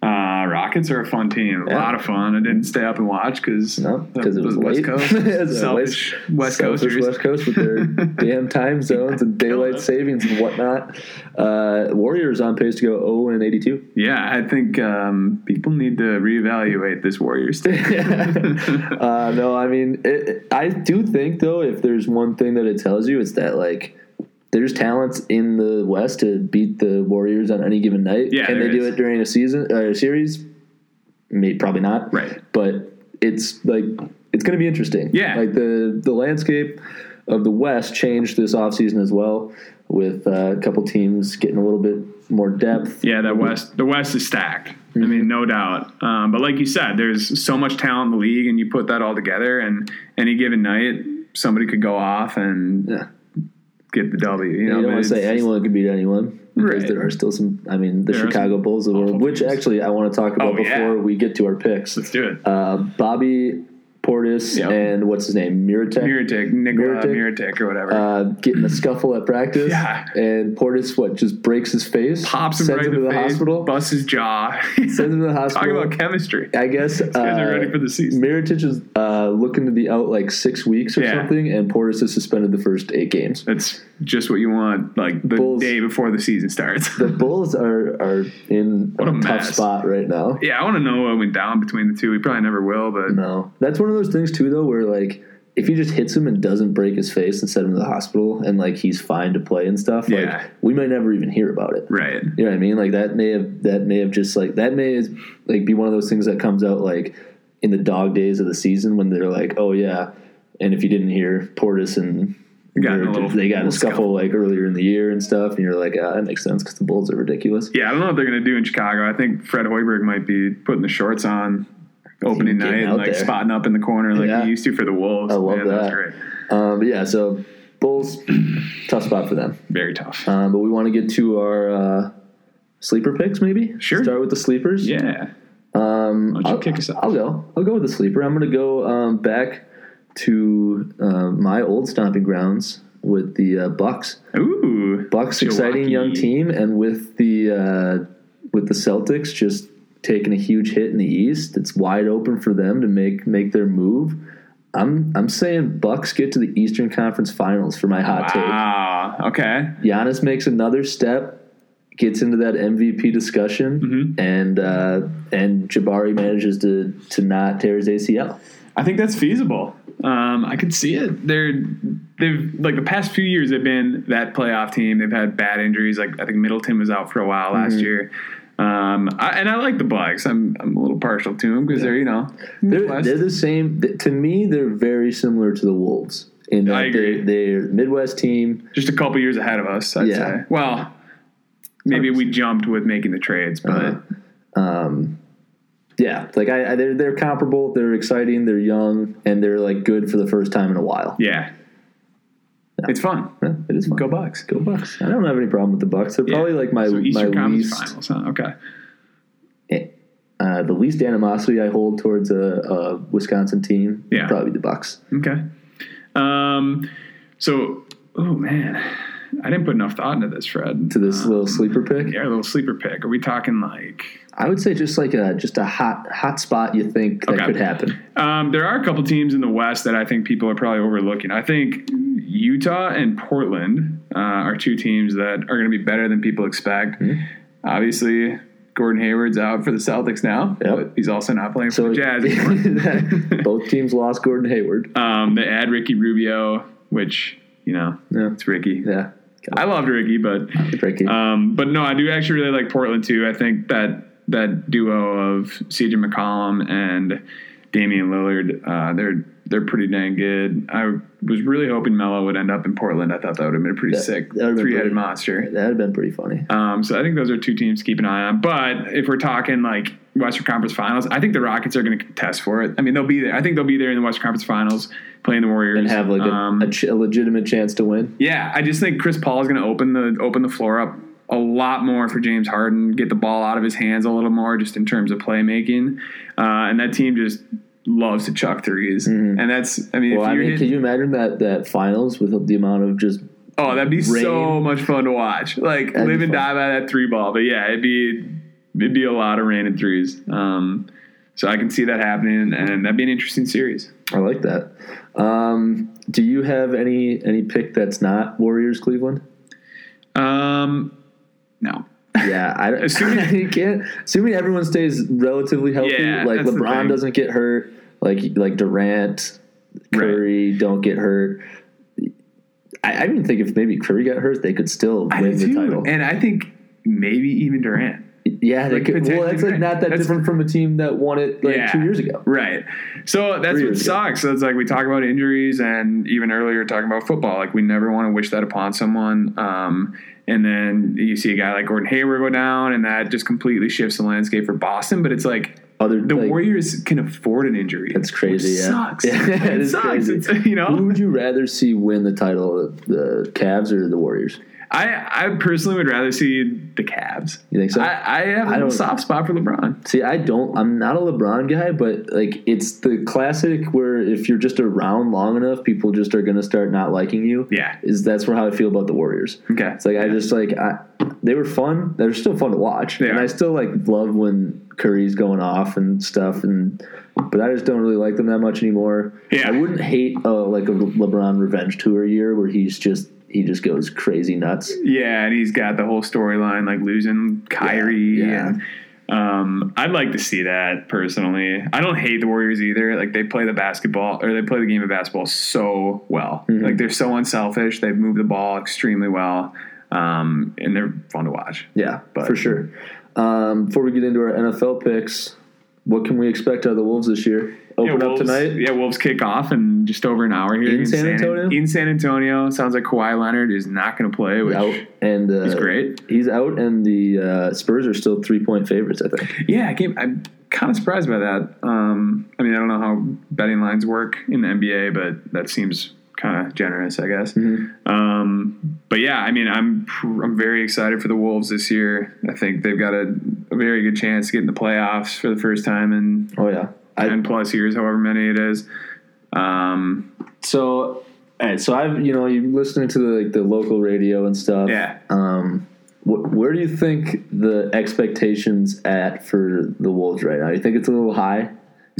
Speaker 3: uh, Rockets are a fun team. A
Speaker 2: Yeah.
Speaker 3: lot of fun. I didn't stay up and watch because
Speaker 2: No, because it was
Speaker 3: West
Speaker 2: late.
Speaker 3: Coast.
Speaker 2: It's a
Speaker 3: Selfish West
Speaker 2: selfish
Speaker 3: Coasters.
Speaker 2: West Coast with their damn time zones and daylight
Speaker 3: us.
Speaker 2: savings and whatnot. Uh, Warriors on pace to go 0 and 82.
Speaker 3: Yeah, I think um, people need to reevaluate this Warriors team.
Speaker 2: Uh, no, I mean, it, I do think though, if there's one thing that it tells you, it's that like there's talents in the West to beat the Warriors on any given night.
Speaker 3: Yeah,
Speaker 2: Can they
Speaker 3: there
Speaker 2: do
Speaker 3: is.
Speaker 2: it during a season uh, a series? Maybe probably not.
Speaker 3: Right.
Speaker 2: But it's like it's going to be interesting.
Speaker 3: Yeah.
Speaker 2: Like the the landscape of the West changed this offseason as well, with uh, a couple teams getting a little bit more depth.
Speaker 3: Yeah, that West, the West is stacked. I mean,
Speaker 2: Mm-hmm.
Speaker 3: no doubt. Um, but like you said, there's so much talent in the league, and you put that all together, and any given night, somebody could go off and
Speaker 2: Yeah.
Speaker 3: get the W. You, know,
Speaker 2: You
Speaker 3: but
Speaker 2: don't want
Speaker 3: it's
Speaker 2: to say
Speaker 3: just-
Speaker 2: anyone could beat anyone because
Speaker 3: Right.
Speaker 2: there are still some. I mean, the
Speaker 3: There are
Speaker 2: Chicago Bulls of the world,
Speaker 3: awful
Speaker 2: which
Speaker 3: teams.
Speaker 2: actually I want to talk about
Speaker 3: Oh, yeah.
Speaker 2: before we get to our picks.
Speaker 3: Let's do it.
Speaker 2: Uh, Bobby Portis
Speaker 3: Yep.
Speaker 2: and what's his name, Miritek,
Speaker 3: Miritic, Nikola
Speaker 2: Miritic.
Speaker 3: Miritic, or whatever.
Speaker 2: uh, get in a scuffle at practice.
Speaker 3: Yeah.
Speaker 2: And Portis, what, just breaks his face,
Speaker 3: Pops him
Speaker 2: sends
Speaker 3: right
Speaker 2: him
Speaker 3: in
Speaker 2: to
Speaker 3: the,
Speaker 2: the
Speaker 3: face,
Speaker 2: hospital,
Speaker 3: busts his jaw.
Speaker 2: sends him to the
Speaker 3: Talking
Speaker 2: hospital.
Speaker 3: about chemistry.
Speaker 2: I guess uh,
Speaker 3: guys are ready for the season.
Speaker 2: Mirotic is uh, looking to be out like six weeks or
Speaker 3: Yeah.
Speaker 2: something, and Portis is suspended the first eight games.
Speaker 3: That's just what you want, like the
Speaker 2: Bulls.
Speaker 3: day before the season starts.
Speaker 2: The Bulls are are in
Speaker 3: What a
Speaker 2: tough
Speaker 3: mess.
Speaker 2: spot right now.
Speaker 3: yeah, I want to know what went down between the two. We probably never will, but
Speaker 2: No, that's one of those things too, though, where like if he just hits him and doesn't break his face and send him to the hospital, and like he's fine to play and stuff,
Speaker 3: Yeah.
Speaker 2: like we might never even hear about it.
Speaker 3: right.
Speaker 2: You know what I mean? Like that may have that may have just like that may is like be one of those things that comes out like in the dog days of the season when they're like, oh yeah, and if you didn't hear Portis and
Speaker 3: Got in a
Speaker 2: Mirotic,
Speaker 3: little-
Speaker 2: they got in
Speaker 3: little
Speaker 2: a scuffle,
Speaker 3: scuffle.
Speaker 2: like earlier in the year and stuff, and you're like, ah, that makes sense because the Bulls are ridiculous.
Speaker 3: Yeah, I don't know what they're gonna do in Chicago. I think Fred Hoiberg might be putting the shorts on
Speaker 2: Getting
Speaker 3: opening night and
Speaker 2: out
Speaker 3: like
Speaker 2: there.
Speaker 3: spotting up in the corner like
Speaker 2: Yeah.
Speaker 3: he used to for the Wolves.
Speaker 2: I love
Speaker 3: Man, that was
Speaker 2: that.
Speaker 3: great.
Speaker 2: Um, but yeah, so Bulls tough spot for them.
Speaker 3: Very tough.
Speaker 2: Um, but we want to get to our uh, sleeper picks, maybe.
Speaker 3: Sure.
Speaker 2: Start with the sleepers.
Speaker 3: yeah.
Speaker 2: Um,
Speaker 3: Why don't you
Speaker 2: I'll,
Speaker 3: kick us off?
Speaker 2: I'll go. I'll go with the sleeper. I'm going to go um, back to uh, my old stomping grounds with the uh, Bucks.
Speaker 3: Ooh.
Speaker 2: Bucks, exciting
Speaker 3: Milwaukee.
Speaker 2: young team, and with the uh, with the Celtics just taking a huge hit in the East, it's wide open for them to make make their move. I'm I'm saying Bucks get to the Eastern Conference Finals for my hot take.
Speaker 3: Wow. Okay.
Speaker 2: Giannis makes another step, gets into that MVP discussion,
Speaker 3: Mm-hmm.
Speaker 2: and uh, and Jabari manages to to not tear his ACL.
Speaker 3: I think that's feasible. Um, I could see it. They're they've like the past few years have been that playoff team. They've had bad injuries. Like I think Middleton was out for a while last
Speaker 2: Mm-hmm.
Speaker 3: year. Um, I, and I like the Bucks. I'm I'm a little partial to them because they're you know
Speaker 2: They're,
Speaker 3: Midwest.
Speaker 2: they're the same. th- To me, they're very similar to the Wolves. In that
Speaker 3: I agree.
Speaker 2: They, they're Midwest team.
Speaker 3: just a couple years ahead of us. I'd
Speaker 2: Yeah.
Speaker 3: say. Well, maybe we jumped with making the trades, but
Speaker 2: Uh-huh. Yeah, like I, I they're they're comparable. They're exciting. They're young, and they're like good for the first time in a while.
Speaker 3: yeah, it's fun.
Speaker 2: Yeah, it is fun.
Speaker 3: Go Bucks.
Speaker 2: Go Bucks. I don't have any problem with the Bucks. They're probably like my
Speaker 3: so
Speaker 2: my
Speaker 3: Eastern Conference
Speaker 2: least
Speaker 3: Finals. Huh? Okay.
Speaker 2: uh, the least animosity I hold towards a, a Wisconsin team. would
Speaker 3: Yeah.
Speaker 2: probably the Bucks.
Speaker 3: Okay. Um, so, oh man, I didn't put enough thought into this, Fred.
Speaker 2: To this little sleeper pick,
Speaker 3: Um, yeah, a little sleeper pick. Are we talking like?
Speaker 2: I would say just like a just a hot hot spot you think that
Speaker 3: Okay.
Speaker 2: could happen.
Speaker 3: Um, there are a couple teams in the West that I think people are probably overlooking. I think Utah and Portland uh, are two teams that are going to be better than people expect.
Speaker 2: Mm-hmm.
Speaker 3: Obviously, Gordon Hayward's out for the Celtics now.
Speaker 2: Yep.
Speaker 3: but He's also not playing for
Speaker 2: So
Speaker 3: the Jazz. anymore.
Speaker 2: both teams lost Gordon Hayward.
Speaker 3: um, they add Ricky Rubio, which you know
Speaker 2: Yeah,
Speaker 3: it's Ricky.
Speaker 2: yeah,
Speaker 3: I loved Ricky, but
Speaker 2: Ricky.
Speaker 3: Um, but no, I do actually really like Portland too. I think that that duo of CJ McCollum and Damian Lillard, uh, they're they're pretty dang good. I was really hoping Melo would end up in Portland. I thought that would have been a pretty
Speaker 2: That-
Speaker 3: sick
Speaker 2: that would've been
Speaker 3: three headed
Speaker 2: pretty-
Speaker 3: monster.
Speaker 2: That'd have been pretty funny.
Speaker 3: Um, so I think those are two teams to keep an eye on. But if we're talking like Western Conference Finals, I think the Rockets are going to contest for it. I mean, they'll be there. I think they'll be there in the Western Conference Finals playing the Warriors
Speaker 2: And have like a,
Speaker 3: Um,
Speaker 2: a, ch- a legitimate chance to win.
Speaker 3: yeah, I just think Chris Paul is going to open the open the floor up a lot more for James Harden, get the ball out of his hands a little more, just in terms of playmaking. Uh, and that team just loves to chuck 3s and that's I mean,
Speaker 2: Mm-hmm. Well,
Speaker 3: if
Speaker 2: I
Speaker 3: you're
Speaker 2: mean, can
Speaker 3: hitting-
Speaker 2: you imagine that that finals with the amount of just
Speaker 3: oh, that'd be so
Speaker 2: rain?
Speaker 3: much fun to watch. Like
Speaker 2: be
Speaker 3: live and
Speaker 2: fun.
Speaker 3: die by that three ball, but yeah, it'd be it'd be a lot of rain and threes. Um, so I can see that happening, and that'd be an interesting series.
Speaker 2: I like that. Um, do you have any any pick that's not Warriors Cleveland?
Speaker 3: Um, no.
Speaker 2: Yeah, I
Speaker 3: Assuming-
Speaker 2: you can't. Assuming everyone stays relatively healthy,
Speaker 3: Yeah,
Speaker 2: like
Speaker 3: that's the
Speaker 2: LeBron
Speaker 3: thing.
Speaker 2: doesn't get hurt, like like Durant, Curry don't get hurt. I, I even think if maybe Curry got hurt, they could still
Speaker 3: I
Speaker 2: win the
Speaker 3: do too.
Speaker 2: title.
Speaker 3: and I think maybe even Durant.
Speaker 2: yeah, they
Speaker 3: like,
Speaker 2: could. Well,
Speaker 3: potentially
Speaker 2: that's like not that
Speaker 3: That's-
Speaker 2: different from a team that won it like
Speaker 3: Yeah.
Speaker 2: two years ago.
Speaker 3: Right. So that's
Speaker 2: Three
Speaker 3: what
Speaker 2: years ago.
Speaker 3: sucks. So it's like we talk about injuries and even earlier talking about football. Like we never want to wish that upon someone. Um, and then you see a guy like Gordon Hayward go down, and that just completely shifts the landscape for Boston. But it's like
Speaker 2: Other
Speaker 3: the
Speaker 2: like,
Speaker 3: Warriors can afford an injury.
Speaker 2: That's crazy.
Speaker 3: Which
Speaker 2: yeah,
Speaker 3: Sucks.
Speaker 2: Yeah,
Speaker 3: it,
Speaker 2: it is
Speaker 3: sucks.
Speaker 2: crazy.
Speaker 3: It's, you
Speaker 2: Who
Speaker 3: know,
Speaker 2: would you rather see win the title, the Cavs or the Warriors?
Speaker 3: I I personally would rather see the Cavs.
Speaker 2: You think so?
Speaker 3: I, I have a little
Speaker 2: don't-
Speaker 3: soft spot for LeBron.
Speaker 2: See, I don't. I'm not a LeBron guy, but like it's the classic where if you're just around long enough, people just are gonna start not liking you.
Speaker 3: Yeah.
Speaker 2: is that's where how I feel about the Warriors.
Speaker 3: Okay.
Speaker 2: It's like I just like I, they were fun. They're still fun to watch,
Speaker 3: They
Speaker 2: and
Speaker 3: are.
Speaker 2: I still like love when Curry's going off and stuff. And but I just don't really like them that much anymore.
Speaker 3: Yeah.
Speaker 2: I wouldn't hate uh, like a LeBron revenge tour year where he's just he just goes crazy nuts.
Speaker 3: Yeah, and he's got the whole storyline like losing Kyrie.
Speaker 2: Yeah, yeah.
Speaker 3: And, um, I'd like to see that personally. I don't hate the Warriors either. Like they play the basketball or they play the game of basketball so well.
Speaker 2: Mm-hmm.
Speaker 3: Like they're so unselfish. They move the ball extremely well, um, and they're fun to watch.
Speaker 2: Yeah,
Speaker 3: But-
Speaker 2: for sure. Um, before we get into our NFL picks, what can we expect out of the Wolves this year? Open
Speaker 3: yeah,
Speaker 2: up
Speaker 3: Wolves,
Speaker 2: tonight.
Speaker 3: Yeah, Wolves kick off in just over an hour here
Speaker 2: In San Antonio?
Speaker 3: In San Antonio, sounds like Kawhi Leonard is not going to play, which
Speaker 2: Out and uh,
Speaker 3: is great.
Speaker 2: He's out, and the uh, Spurs are still three point favorites. I think.
Speaker 3: Yeah, I came, I'm kind of surprised by that. Um, I mean, I don't know how betting lines work in the NBA, but that seems kind of generous, I guess.
Speaker 2: Mm-hmm.
Speaker 3: Um, but yeah, I mean, I'm pr- I'm very excited for the Wolves this year. I think they've got a, a very good chance to get in the playoffs for the first time in
Speaker 2: Oh yeah. I,
Speaker 3: ten plus years, however many it is. Um,
Speaker 2: so, all right, so I've you know you listening to the, like the local radio and stuff.
Speaker 3: yeah,
Speaker 2: Um, wh- where do you think the expectations at for the Wolves right now? You think it's a little high?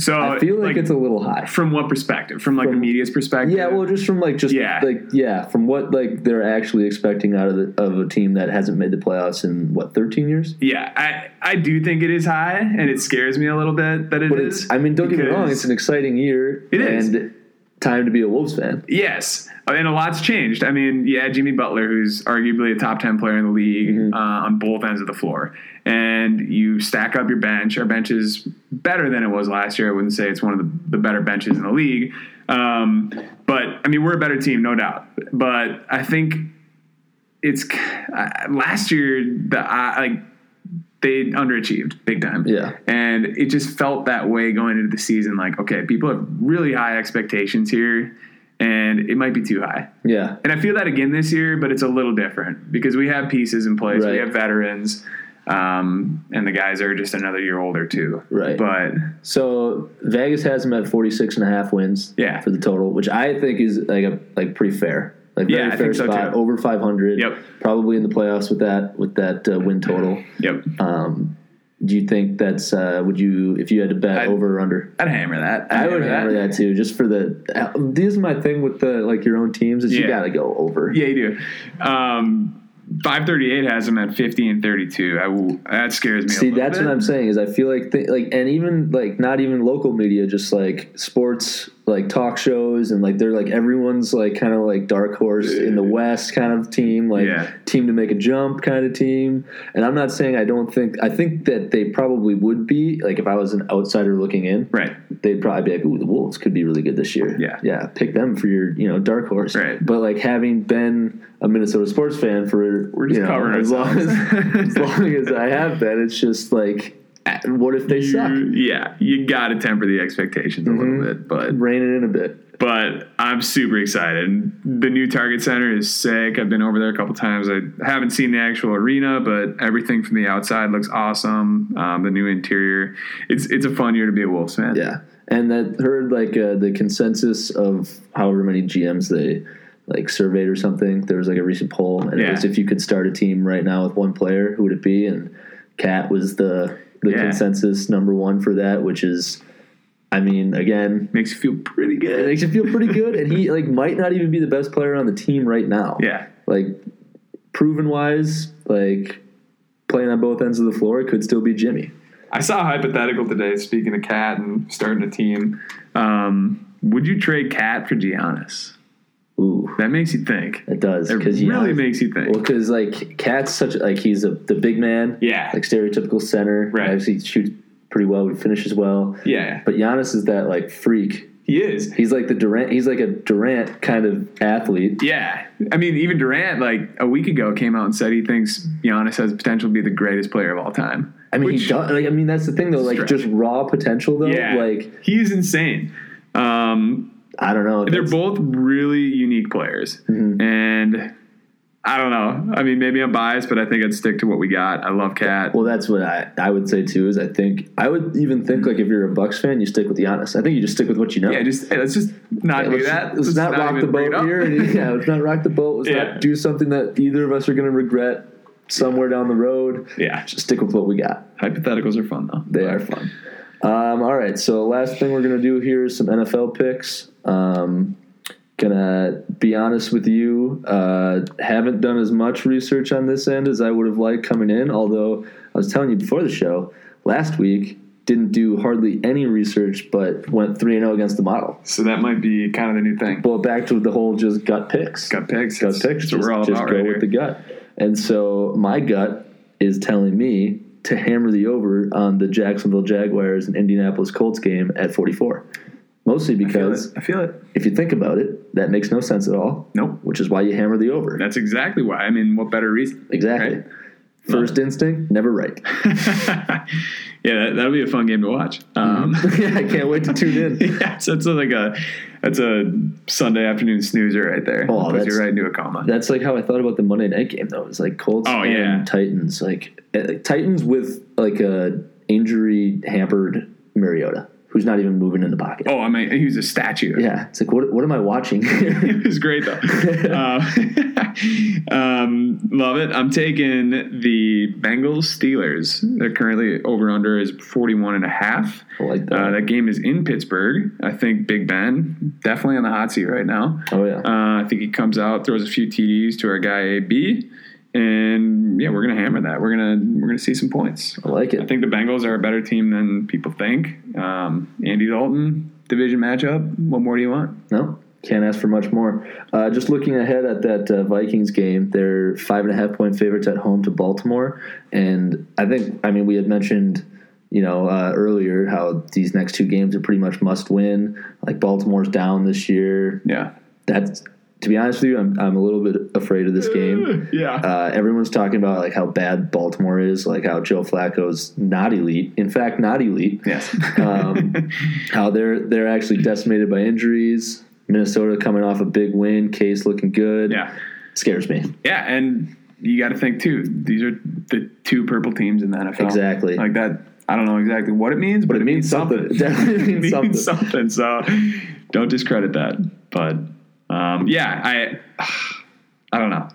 Speaker 3: So
Speaker 2: I feel like, it's a little high.
Speaker 3: from what perspective? From like
Speaker 2: From-
Speaker 3: the media's perspective?
Speaker 2: Yeah, well, just from like just
Speaker 3: Yeah.
Speaker 2: like yeah, from what like they're actually expecting out of the, of a team that hasn't made the playoffs in what thirteen years.
Speaker 3: yeah, I I do think it is high, and it scares me a little bit that it is.
Speaker 2: But it's I mean, don't get me wrong,
Speaker 3: because-
Speaker 2: it's an exciting year.
Speaker 3: It is.
Speaker 2: and time to be a Wolves fan.
Speaker 3: Yes, and a lot's changed. I mean, yeah, Jimmy Butler, who's arguably a top ten player in the league uh, on both ends of the floor, and you stack up your bench. Our bench is better than it was last year. I wouldn't say it's one of the, the better benches in the league, um, but I mean, we're a better team, no doubt. But I think it's I last year the I, like they underachieved big time.
Speaker 2: Yeah.
Speaker 3: And it just felt that way going into the season. Like, okay, people have really high expectations here, and it might be too high.
Speaker 2: Yeah,
Speaker 3: And I feel that again this year, but it's a little different because we have pieces in place.
Speaker 2: Right.
Speaker 3: We have veterans, um, and the guys are just another year older too.
Speaker 2: Right.
Speaker 3: But
Speaker 2: So Vegas has them at 46 and a half wins
Speaker 3: Yeah.
Speaker 2: for the total, which I think is like a like pretty fair. Like very
Speaker 3: Yeah, I
Speaker 2: fair
Speaker 3: think so,
Speaker 2: spot,
Speaker 3: too.
Speaker 2: over 500.
Speaker 3: Yep.
Speaker 2: Probably in the playoffs with that with that uh, win total.
Speaker 3: yep,
Speaker 2: Um, do you think that's uh, would you if you had to bet
Speaker 3: I-
Speaker 2: over or under?
Speaker 3: I'd hammer that. I'd
Speaker 2: I would hammer that too, just for the. This is my thing with the like your own teams is you
Speaker 3: Yeah.
Speaker 2: got to go over.
Speaker 3: Yeah, you do. Um, Five thirty-eight has them at fifty and thirty-two. I will, that scares me. a
Speaker 2: See,
Speaker 3: little
Speaker 2: that's
Speaker 3: bit.
Speaker 2: what I'm saying is I feel like th- like and even like not even local media, just like sports, like talk shows, and like they're like everyone's like kind of like dark horse in the West kind of team, like
Speaker 3: Yeah.
Speaker 2: team to make a jump kind of team. And I'm not saying I don't think I think that they probably would be like if I was an outsider looking in,
Speaker 3: Right.
Speaker 2: they'd probably be like, "Ooh, the Wolves could be really good this year."
Speaker 3: Yeah.
Speaker 2: yeah, pick them for your you know dark horse.
Speaker 3: Right.
Speaker 2: But like having been a Minnesota sports fan for
Speaker 3: We're just
Speaker 2: you know,
Speaker 3: covering
Speaker 2: as long
Speaker 3: ourselves.
Speaker 2: as as long as I have been, it's just like, what if they suck? Mm-hmm.
Speaker 3: You- yeah, you got to temper the expectations a little bit, but
Speaker 2: Rein it in a bit.
Speaker 3: but I'm super excited. The new Target Center is sick. I've been over there a couple times. I haven't seen the actual arena, but everything from the outside looks awesome. Um, the new interior, it's it's a fun year to be a Wolves fan.
Speaker 2: Yeah, and that heard like uh, the consensus of however many GMs they like surveyed or something. There was like a recent poll, and it
Speaker 3: Yeah.
Speaker 2: was if you could start a team right now with one player, who would it be? And Cat was the the
Speaker 3: Yeah.
Speaker 2: consensus number one for that, which is, I mean, again.
Speaker 3: makes you feel pretty
Speaker 2: It
Speaker 3: good.
Speaker 2: makes you feel pretty good, and he like might not even be the best player on the team right now.
Speaker 3: Yeah,
Speaker 2: like proven wise, like playing on both ends of the floor, it could still be Jimmy.
Speaker 3: I saw a hypothetical today. Speaking of Cat and starting a team, um, would you trade Cat for Giannis?
Speaker 2: Ooh,
Speaker 3: That makes you think.
Speaker 2: it does
Speaker 3: It
Speaker 2: because you
Speaker 3: really makes you think.
Speaker 2: because like Cat's such like he's a, the big man,
Speaker 3: Yeah.
Speaker 2: like stereotypical center.
Speaker 3: Right.
Speaker 2: obviously shoots pretty well, finishes well.
Speaker 3: Yeah,
Speaker 2: But Giannis is that like freak.
Speaker 3: he is.
Speaker 2: He's like the Durant. He's like a Durant kind of athlete.
Speaker 3: Yeah, I mean, even Durant, like a week ago, came out and said he thinks Giannis has potential to be the greatest player of all time.
Speaker 2: I mean, he
Speaker 3: Which-
Speaker 2: does, like, I mean that's the thing though. Like
Speaker 3: Stretch.
Speaker 2: just raw potential though.
Speaker 3: yeah,
Speaker 2: Like
Speaker 3: he is insane. Um,
Speaker 2: I don't know.
Speaker 3: they're
Speaker 2: That's- Mm-hmm.
Speaker 3: both really unique players, and I don't know. I mean, maybe I'm biased, but I think I'd stick to what we got. I love Cat.
Speaker 2: Well, that's what I, I would say too. Is I think I would even think like if you're a Bucks fan, you stick with Giannis. I think you just stick with what you know.
Speaker 3: yeah, just hey, let's just not
Speaker 2: Let's-
Speaker 3: do that.
Speaker 2: Let's, not, rock
Speaker 3: even
Speaker 2: the
Speaker 3: bring it
Speaker 2: boat
Speaker 3: up.
Speaker 2: here. And, yeah, let's not rock the boat. Let's
Speaker 3: Yeah.
Speaker 2: not do something that either of us are going to regret somewhere down the road.
Speaker 3: yeah,
Speaker 2: Just stick with what we got.
Speaker 3: hypotheticals are fun though.
Speaker 2: They are fun. Um, all right, so last thing we're gonna do here is some NFL picks. Um, gonna be honest with you, uh, haven't done as much research on this end as I would have liked coming in. Although I was telling you before the show last week, didn't do hardly any research, but went three and zero against the model.
Speaker 3: So that might be kind of the new thing.
Speaker 2: Well, back to the whole just gut picks.
Speaker 3: Got picks.
Speaker 2: gut
Speaker 3: That's-
Speaker 2: picks.
Speaker 3: that's what we're all
Speaker 2: just
Speaker 3: about
Speaker 2: go
Speaker 3: right
Speaker 2: with
Speaker 3: here.
Speaker 2: the gut. And so my gut is telling me to hammer the over on the Jacksonville Jaguars and Indianapolis Colts game at 44. Mostly because
Speaker 3: I feel it. I feel it.
Speaker 2: if you think about it, that makes no sense at all,
Speaker 3: Nope.
Speaker 2: which is why you hammer the over.
Speaker 3: That's exactly why. I mean, what better reason?
Speaker 2: exactly.
Speaker 3: Right.
Speaker 2: First instinct, never right.
Speaker 3: yeah, that, that'll be a fun game to watch. Um,
Speaker 2: I can't wait to tune in.
Speaker 3: yeah, so it's like a that's a Sunday afternoon snoozer right there.
Speaker 2: Oh,
Speaker 3: Puts
Speaker 2: that's-
Speaker 3: you right into a coma.
Speaker 2: That's like how I thought about the Monday night game though. It's like Colts
Speaker 3: Oh,
Speaker 2: and
Speaker 3: yeah.
Speaker 2: Titans, like uh, Titans with like a injury hampered Mariota, who's not even moving in the pocket.
Speaker 3: oh, I mean, he was a statue.
Speaker 2: Yeah, it's like what? What am I watching?
Speaker 3: it was great though. Uh, um, love it. I'm taking the Bengals Steelers. They're currently over under is 41 and a half.
Speaker 2: I like that.
Speaker 3: Uh, that game is in Pittsburgh. I think Big Ben definitely on the hot seat right now.
Speaker 2: oh yeah.
Speaker 3: Uh, I think he comes out, throws a few TDs to our guy AB, and yeah, we're gonna hammer that. We're gonna we're gonna see some points.
Speaker 2: I like
Speaker 3: I
Speaker 2: it.
Speaker 3: think the Bengals are a better team than people think. Um, Andy Dalton division matchup. What more do you want?
Speaker 2: No, can't ask for much more. Uh, just looking ahead at that uh, Vikings game, they're five and a half point favorites at home to Baltimore, and I think I mean we had mentioned. You know, uh, earlier how these next two games are pretty much must win. Like Baltimore's down this year.
Speaker 3: Yeah,
Speaker 2: That's to be honest with you, I'm I'm a little bit afraid of this
Speaker 3: Mm.
Speaker 2: game.
Speaker 3: yeah.
Speaker 2: Uh, everyone's talking about like how bad Baltimore is, like how Joe Flacco's not elite. In fact, not elite.
Speaker 3: yes.
Speaker 2: Um, how they're they're actually decimated by injuries. Minnesota coming off a big win, Case looking good.
Speaker 3: yeah.
Speaker 2: scares me.
Speaker 3: Yeah, and you got to think too. These are the two purple teams in the NFL.
Speaker 2: Exactly.
Speaker 3: Like that. I don't know exactly what it means, but,
Speaker 2: it means something. It definitely means
Speaker 3: something. So don't discredit that. But um, yeah, I I don't know.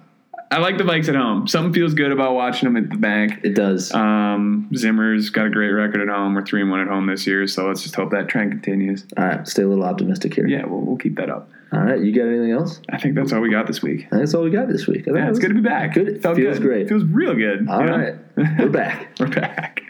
Speaker 3: I like the bikes at home. Something feels good about watching them at the bank.
Speaker 2: It does.
Speaker 3: Um, Zimmer's got a great record at home. We're three and one at home this year, so let's just hope that trend continues.
Speaker 2: All right, stay a little optimistic here.
Speaker 3: Yeah, we'll, we'll keep that up.
Speaker 2: All right, you got anything else?
Speaker 3: I think that's all we got this week.
Speaker 2: I think that's all we got this week. I think
Speaker 3: Yeah,
Speaker 2: it
Speaker 3: it's
Speaker 2: was-
Speaker 3: good to be back.
Speaker 2: Good. It
Speaker 3: Felt
Speaker 2: feels
Speaker 3: good.
Speaker 2: great.
Speaker 3: Feels real good.
Speaker 2: All
Speaker 3: you know?
Speaker 2: right, we're back.
Speaker 3: We're back.